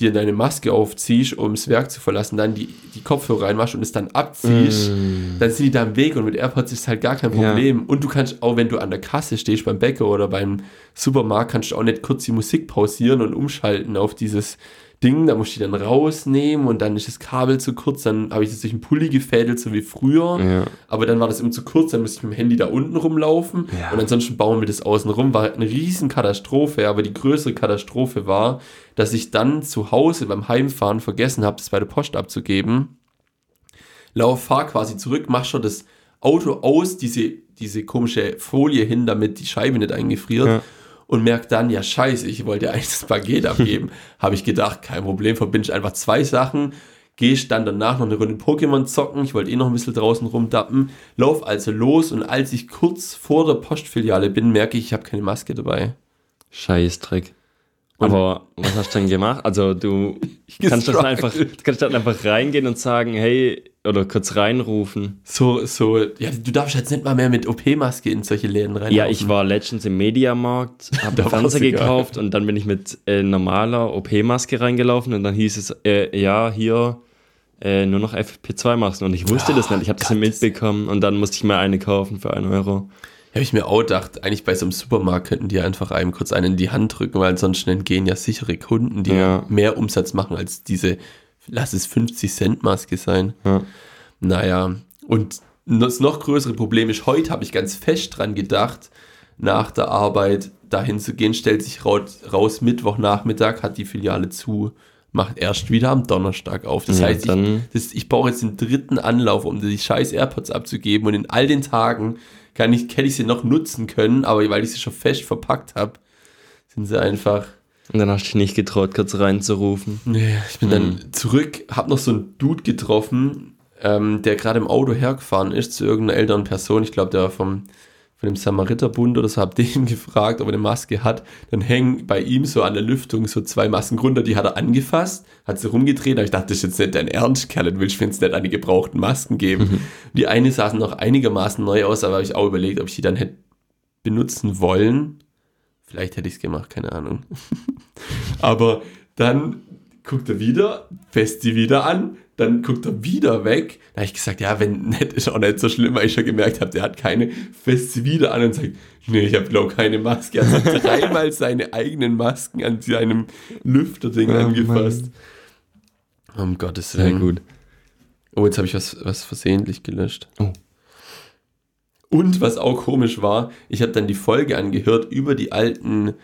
S2: dir deine Maske aufziehst, um das Werk zu verlassen, dann die, die Kopfhörer reinmachst und es dann abziehst,
S1: Mhm.
S2: dann sind die da im Weg und mit AirPods ist halt gar kein
S1: Ja.
S2: Problem. Und du kannst auch, wenn du an der Kasse stehst, beim Bäcker oder beim Supermarkt, kannst du auch nicht kurz die Musik pausieren und umschalten auf dieses Ding. Da musst du die dann rausnehmen und dann ist das Kabel zu kurz. Dann habe ich das durch den Pulli gefädelt, so wie früher.
S1: Ja.
S2: Aber dann war das immer zu kurz, dann musste ich mit dem Handy da unten rumlaufen.
S1: Ja.
S2: Und ansonsten bauen wir das außen rum. War eine riesen Katastrophe, aber die größere Katastrophe war, dass ich dann zu Hause beim Heimfahren vergessen habe, das bei der Post abzugeben. Lauf, fahr quasi zurück, mach schon das Auto aus, diese, diese komische Folie hin, damit die Scheibe nicht eingefriert.
S1: Ja.
S2: und merke dann, ja scheiße, ich wollte ja eigentlich das Paket abgeben. Habe ich gedacht, kein Problem, verbinde ich einfach zwei Sachen, gehe dann danach noch eine Runde Pokémon zocken, ich wollte eh noch ein bisschen draußen rumdappen, lauf also los und als ich kurz vor der Postfiliale bin, merke ich, ich habe keine Maske dabei.
S1: Scheißdreck. Aber was hast du denn gemacht? Also du kannst das einfach, kannst dann einfach reingehen und sagen, hey, oder kurz reinrufen.
S2: So, so, ja, du darfst jetzt nicht mal mehr mit OP-Maske in solche Läden rein.
S1: Ja, ich war letztens im Mediamarkt, habe
S2: Da
S1: einen Fernseher
S2: war's egal.
S1: gekauft und dann bin ich mit äh, normaler OP-Maske reingelaufen und dann hieß es, äh, ja, hier äh, nur noch FFP2 masken und ich wusste das
S2: Ah,
S1: nicht, ich habe das nicht
S2: Gottes.
S1: mitbekommen und dann musste ich mir eine kaufen für einen Euro.
S2: Habe ich mir auch gedacht, eigentlich bei so einem Supermarkt könnten die einfach einem kurz einen in die Hand drücken, weil ansonsten entgehen ja sichere Kunden, die
S1: Ja.
S2: mehr Umsatz machen als diese, lass es 50 Cent Maske sein.
S1: Ja.
S2: Naja, und das noch größere Problem ist, heute habe ich ganz fest dran gedacht, nach der Arbeit dahin zu gehen, stellt sich raus, raus Mittwochnachmittag, hat die Filiale zu, macht erst wieder am Donnerstag auf. Das
S1: Ja,
S2: heißt, ich,
S1: dann-
S2: das, ich brauche jetzt den dritten Anlauf, um die scheiß AirPods abzugeben und in all den Tagen kann ich, hätte ich sie noch nutzen können, aber weil ich sie schon fest verpackt habe, sind sie einfach
S1: Und dann hast du dich nicht getraut, kurz reinzurufen.
S2: Nee, ich bin dann zurück, hab noch so einen Dude getroffen, ähm, der gerade im Auto hergefahren ist zu irgendeiner älteren Person. Ich glaube, der war vom, von dem Samariterbund oder so, hab den gefragt, ob er eine Maske hat. Dann hängen bei ihm so an der Lüftung so zwei Masken runter, die hat er angefasst, hat sie rumgedreht, aber ich dachte, das ist jetzt nicht dein Ernst, Kerl, dann willst du mir jetzt nicht eine gebrauchten Masken geben. Die eine saßen noch einigermaßen neu aus, aber habe ich auch überlegt, ob ich die dann hätte benutzen wollen. Vielleicht hätte ich es gemacht, keine Ahnung. Aber dann guckt er wieder, fässt sie wieder an, dann guckt er wieder weg. Da habe ich gesagt, ja, wenn nett ist auch nicht so schlimm, weil ich schon gemerkt habe, der hat keine, fässt sie wieder an und sagt, nee, ich habe glaube keine Maske. Er hat dreimal seine eigenen Masken an seinem Lüfterding
S1: Oh,
S2: angefasst. Um Gottes
S1: Sehr
S2: Willen.
S1: gut.
S2: Oh, jetzt habe ich was, was versehentlich gelöscht.
S1: Oh.
S2: Und was auch komisch war, ich habe dann die Folge angehört über die alten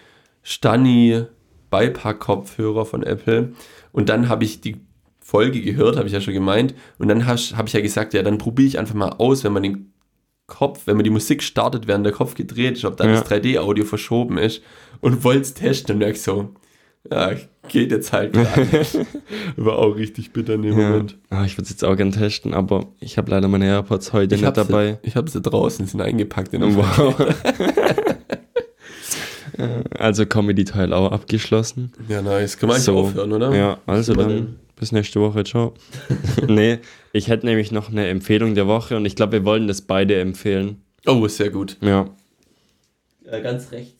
S2: Stani Beipack-Kopfhörer von Apple. Und dann habe ich die Folge gehört, habe ich ja schon gemeint. Und dann habe hab ich ja gesagt, ja, dann probiere ich einfach mal aus, wenn man den Kopf, wenn man die Musik startet, während der Kopf gedreht ist, ob dann
S1: Ja.
S2: das 3D-Audio verschoben ist. Und wollte es testen und merke so, ja, geht jetzt halt gerade. War auch richtig bitter in dem
S1: Ja.
S2: Moment.
S1: Ah, ich würde es jetzt auch gerne testen, aber ich habe leider meine AirPods heute
S2: Ich
S1: nicht
S2: habe sie,
S1: dabei. Um
S2: ich hab sie draußen, sind eingepackt in den
S1: Wow. Äh, also Comedy-Teil auch abgeschlossen.
S2: Ja, nice. Können wir eigentlich
S1: So.
S2: aufhören, oder?
S1: Ja, also
S2: Ah, Super,
S1: dann
S2: dann.
S1: bis nächste Woche. Ciao. nee, ich hätte nämlich noch eine Empfehlung der Woche und ich glaube, wir wollen das beide empfehlen.
S2: Oh, ist sehr gut.
S1: Ja.
S2: ganz rechts.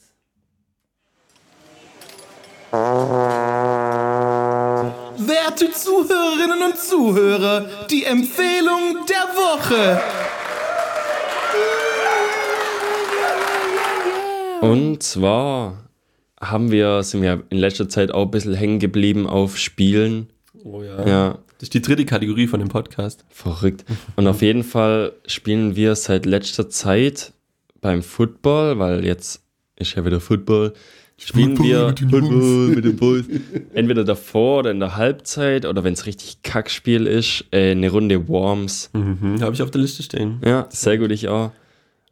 S3: Werte Zuhörerinnen und Zuhörer, die Empfehlung der Woche.
S1: Und zwar haben wir, sind wir in letzter Zeit auch ein bisschen hängen geblieben auf Spielen.
S2: Oh ja.
S1: Ja,
S2: Das ist die dritte Kategorie von dem Podcast.
S1: Verrückt.
S2: Mhm.
S1: Und auf jeden Fall spielen wir seit letzter Zeit beim Football, weil jetzt ist ja wieder Football. Spielen
S2: Football
S1: wir
S2: mit den
S1: Football mit den Boys. Entweder davor oder in der Halbzeit oder wenn es richtig Kackspiel ist, äh, eine Runde Worms.
S2: Mhm. Habe ich auf der Liste stehen.
S1: Ja, sehr gut, ich auch.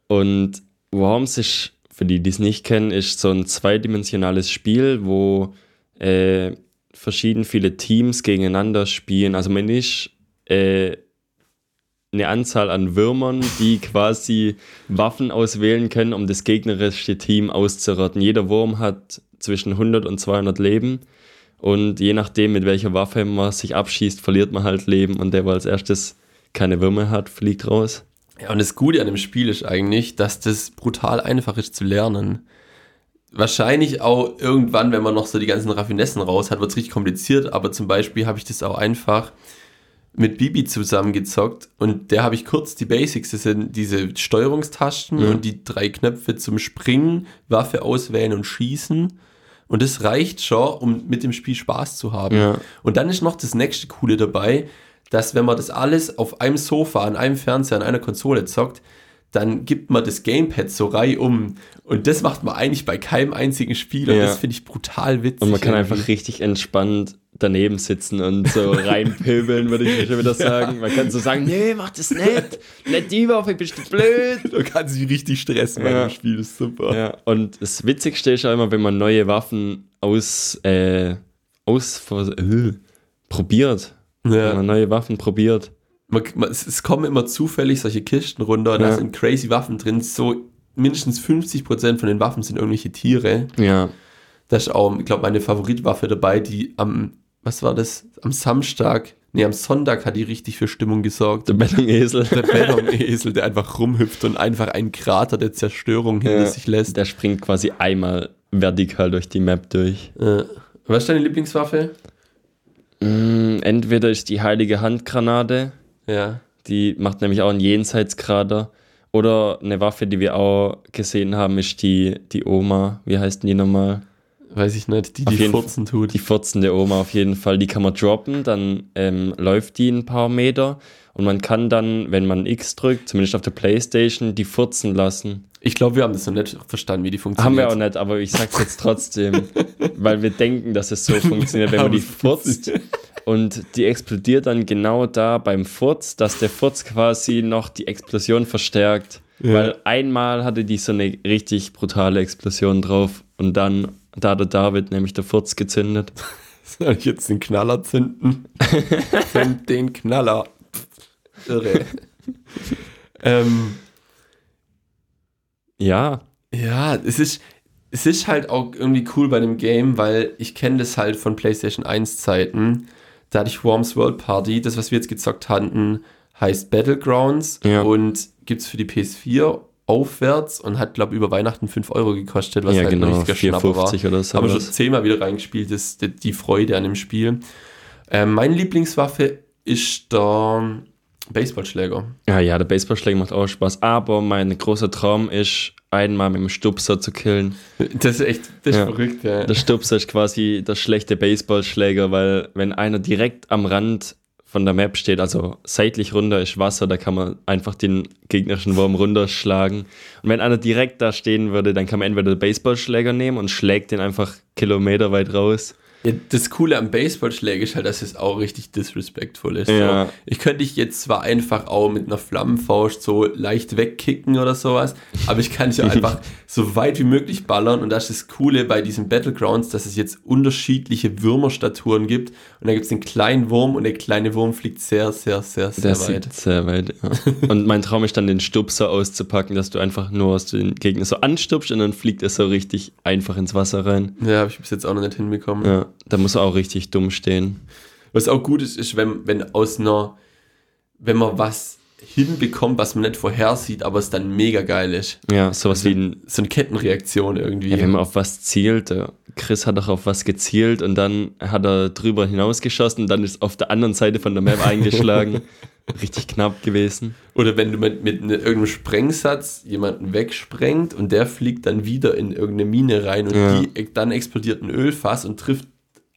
S1: Und Worms ist, für die, die es nicht kennen, ist so ein zweidimensionales Spiel, wo äh, verschieden viele Teams gegeneinander spielen. Also man ist äh, eine Anzahl an Würmern, die quasi Waffen auswählen können, um das gegnerische Team auszurotten. Jeder Wurm hat zwischen 100 und 200 Leben. Und je nachdem, mit welcher Waffe man sich abschießt, verliert man halt Leben. Und der, der als erstes keine Würmer hat, fliegt raus.
S2: Ja, und das Gute an dem Spiel ist eigentlich, dass das brutal einfach ist zu lernen. Wahrscheinlich auch irgendwann, wenn man noch so die ganzen Raffinessen raus hat, wird es richtig kompliziert, aber zum Beispiel habe ich das auch einfach mit Bibi zusammengezockt und der habe ich kurz die Basics, das sind diese Steuerungstasten
S1: Ja.
S2: und die drei Knöpfe zum Springen, Waffe auswählen und schießen. Und das reicht schon, um mit dem Spiel Spaß zu haben.
S1: Ja.
S2: Und dann ist noch das nächste Coole dabei, dass wenn man das alles auf einem Sofa, an einem Fernseher, an einer Konsole zockt, dann gibt man das Gamepad so reihum. Und das macht man eigentlich bei keinem einzigen Spiel. Und
S1: Ja.
S2: das finde ich brutal witzig.
S1: Und man kann
S2: irgendwie.
S1: einfach richtig entspannt daneben sitzen und so reinpöbeln, würde ich schon wieder sagen. Man kann so sagen, nee, mach das nicht. Nicht die Woche, bist du blöd.
S2: Du kannst dich richtig stressen bei
S1: Ja.
S2: dem Spiel, das ist super.
S1: Ja, und das Witzigste ist ja immer, wenn man neue Waffen aus, äh, aus, äh, probiert.
S2: Ja.
S1: Wenn man neue Waffen probiert.
S2: Man, man, es, es kommen immer zufällig solche Kisten runter und da
S1: Ja.
S2: sind crazy Waffen drin. So mindestens 50% von den Waffen sind irgendwelche Tiere.
S1: Ja.
S2: Da ist auch, ich glaube, meine Favoritwaffe dabei, die am, was war das? Am Samstag, nee, am Sonntag hat die richtig für Stimmung gesorgt.
S1: Der Bellung-Esel,
S2: Der Bellum-Esel, der einfach rumhüpft und einfach einen Krater der Zerstörung hinter
S1: Ja.
S2: sich lässt.
S1: der springt quasi einmal vertikal durch die Map durch.
S2: Äh, was ist deine Lieblingswaffe?
S1: Mm, Entweder ist die heilige Handgranate,
S2: Ja.
S1: die macht nämlich auch einen Jenseitskrater. Oder eine Waffe, die wir auch gesehen haben, ist die, die Oma. Wie heißt denn die nochmal?
S2: Weiß ich nicht, die,
S1: Auf
S2: die
S1: jeden
S2: Furzen tut.
S1: Die furzende Oma auf jeden Fall, die kann man droppen, dann ähm, läuft die ein paar Meter und man kann dann, wenn man X drückt, zumindest auf der Playstation, die furzen lassen.
S2: Ich glaube, wir haben das noch nicht verstanden, wie die
S1: Haben
S2: funktioniert.
S1: wir auch nicht, aber ich sag's jetzt trotzdem, weil wir denken, dass es so funktioniert, wenn man die furzt und die explodiert dann genau da beim Furz, dass der Furz quasi noch die Explosion verstärkt, weil einmal hatte die so eine richtig brutale Explosion drauf und dann da hat der David nämlich der Furz gezündet.
S2: Soll ich jetzt den Knaller zünden? Zünd den Knaller. Irre. ähm,
S1: Ja.
S2: ja, es ist, es ist halt auch irgendwie cool bei dem Game, weil ich kenne das halt von PlayStation 1 Zeiten. Da hatte ich Worms World Party. Das, was wir jetzt gezockt hatten, heißt Battlegrounds
S1: Ja.
S2: und gibt es für die PS4 aufwärts und hat, glaube über Weihnachten 5 Euro gekostet, was
S1: ja,
S2: halt ein
S1: genau,
S2: richtiger Schnapper war.
S1: 4,50 oder so.
S2: Haben wir schon zehnmal wieder reingespielt, das, die, die Freude an dem Spiel. Ähm, meine Lieblingswaffe ist der Baseballschläger.
S1: ja, ja, der Baseballschläger macht auch Spaß. Aber mein großer Traum ist, einmal mit dem Stupser zu killen.
S2: Das ist echt, das ist
S1: Ja.
S2: verrückt, ja.
S1: Der Stupser ist halt quasi der schlechte Baseballschläger, weil wenn einer direkt am Rand von der Map steht, also seitlich runter ist Wasser, da kann man einfach den gegnerischen Wurm runterschlagen. Und wenn einer direkt da stehen würde, dann kann man entweder den Baseballschläger nehmen und schlägt den einfach kilometerweit raus.
S2: Ja, Das Coole am Baseballschläger ist halt, dass es auch richtig disrespectful ist.
S1: Ja.
S2: So, ich könnte dich jetzt zwar einfach auch mit einer Flammenfaust so leicht wegkicken oder sowas, aber ich kann dich auch einfach so weit wie möglich ballern und das ist das Coole bei diesen Battlegrounds, dass es jetzt unterschiedliche Würmerstaturen gibt und da gibt es den kleinen Wurm und der kleine Wurm fliegt sehr, sehr, sehr, sehr
S1: Das
S2: weit.
S1: sieht sehr weit, ja. Und mein Traum ist dann, den Stupser auszupacken, dass du einfach nur aus den Gegner so anstupst und dann fliegt er so richtig einfach ins Wasser rein.
S2: Ja, habe ich bis jetzt auch noch nicht hinbekommen.
S1: Ja, da muss er auch richtig dumm stehen.
S2: Was auch gut ist, ist, wenn, wenn aus einer, wenn man was hinbekommt, was man nicht vorhersieht, aber es dann mega geil ist.
S1: Ja, sowas wie ein,
S2: So eine Kettenreaktion irgendwie.
S1: ja, wenn man auf was zielt. äh, Chris hat doch auf was gezielt und dann hat er drüber hinausgeschossen, dann ist auf der anderen Seite von der Map eingeschlagen. richtig knapp gewesen.
S2: Oder wenn du mit, mit ne- irgendeinem Sprengsatz jemanden wegsprengt und der fliegt dann wieder in irgendeine Mine rein und
S1: Ja.
S2: die, dann explodiert ein Ölfass und trifft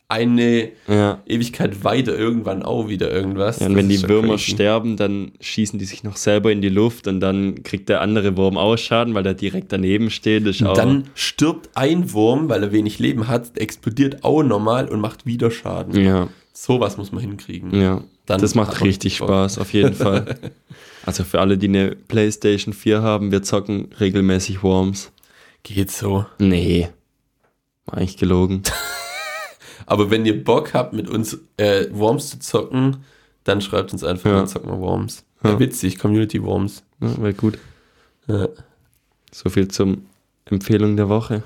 S2: eine
S1: Ja.
S2: Ewigkeit weiter irgendwann auch wieder irgendwas.
S1: Ja, und
S2: Das
S1: wenn
S2: ist
S1: die
S2: schon
S1: Würmer
S2: crazy.
S1: sterben, dann schießen die sich noch selber in die Luft und dann kriegt der andere Wurm auch Schaden, weil der direkt daneben steht. Ist auch
S2: Dann stirbt ein Wurm, weil er wenig Leben hat, explodiert auch nochmal und macht wieder Schaden.
S1: Ja,
S2: Sowas muss man hinkriegen.
S1: ja.
S2: Dann oh.
S1: das
S2: hat
S1: macht
S2: man
S1: richtig
S2: Bock.
S1: Spaß, auf jeden Fall. Also für alle, die eine PlayStation 4 haben, wir zocken regelmäßig Worms.
S2: Geht so.
S1: Nee. War eigentlich gelogen.
S2: Aber wenn ihr Bock habt, mit uns äh, Worms zu zocken, dann schreibt uns einfach,
S1: Ja.
S2: dann zocken wir Worms.
S1: Ja.
S2: Ja, witzig, Community Worms.
S1: Ja, Wäre gut.
S2: Ja.
S1: So viel zum Empfehlung der Woche.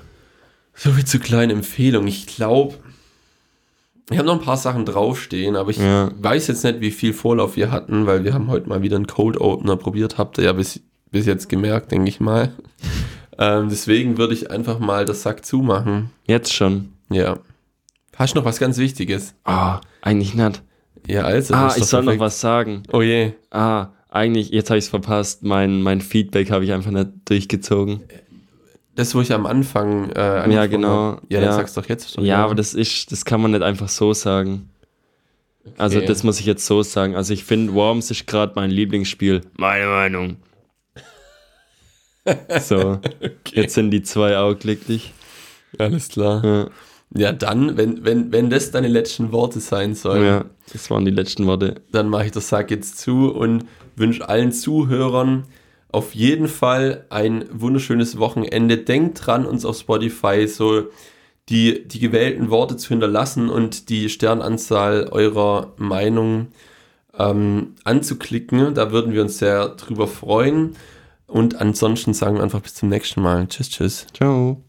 S2: So viel zu kleinen Empfehlungen. Ich glaube, ich habe noch ein paar Sachen draufstehen, aber ich
S1: Ja.
S2: weiß jetzt nicht, wie viel Vorlauf wir hatten, weil wir haben heute mal wieder einen Cold Opener probiert, habt ihr ja bis, bis jetzt gemerkt, denke ich mal. ähm, deswegen würde ich einfach mal das Sack zumachen.
S1: Jetzt schon.
S2: Ja. Hast du noch was ganz Wichtiges?
S1: Ah, eigentlich nicht.
S2: Ja, also.
S1: Ah,
S2: ist
S1: ich
S2: doch
S1: soll noch
S2: perfekt.
S1: was sagen.
S2: Oh je.
S1: Ah, eigentlich, jetzt habe ich es verpasst. Mein, mein Feedback habe ich einfach nicht durchgezogen.
S2: Das, wo ich am Anfang. Äh, angefangen
S1: Ja, genau.
S2: hab. Ja, dann
S1: Ja.
S2: sag's doch jetzt schon.
S1: Ja, aber das ist, das kann man nicht einfach so sagen. Also
S2: Okay.
S1: das muss ich jetzt so sagen. Also ich finde, Worms ist gerade mein Lieblingsspiel. Meine Meinung. So, jetzt sind die zwei auch glücklich.
S2: Alles klar.
S1: Ja,
S2: Ja, dann, wenn, wenn, wenn das deine letzten Worte sein sollen,
S1: ja das waren die letzten Worte.
S2: dann mache ich das Sack jetzt zu und wünsche allen Zuhörern auf jeden Fall ein wunderschönes Wochenende. Denkt dran, uns auf Spotify so die, die gewählten Worte zu hinterlassen und die Sternanzahl eurer Meinung ähm, anzuklicken. Da würden wir uns sehr drüber freuen. Und ansonsten sagen wir einfach bis zum nächsten Mal. Tschüss, tschüss.
S1: Ciao.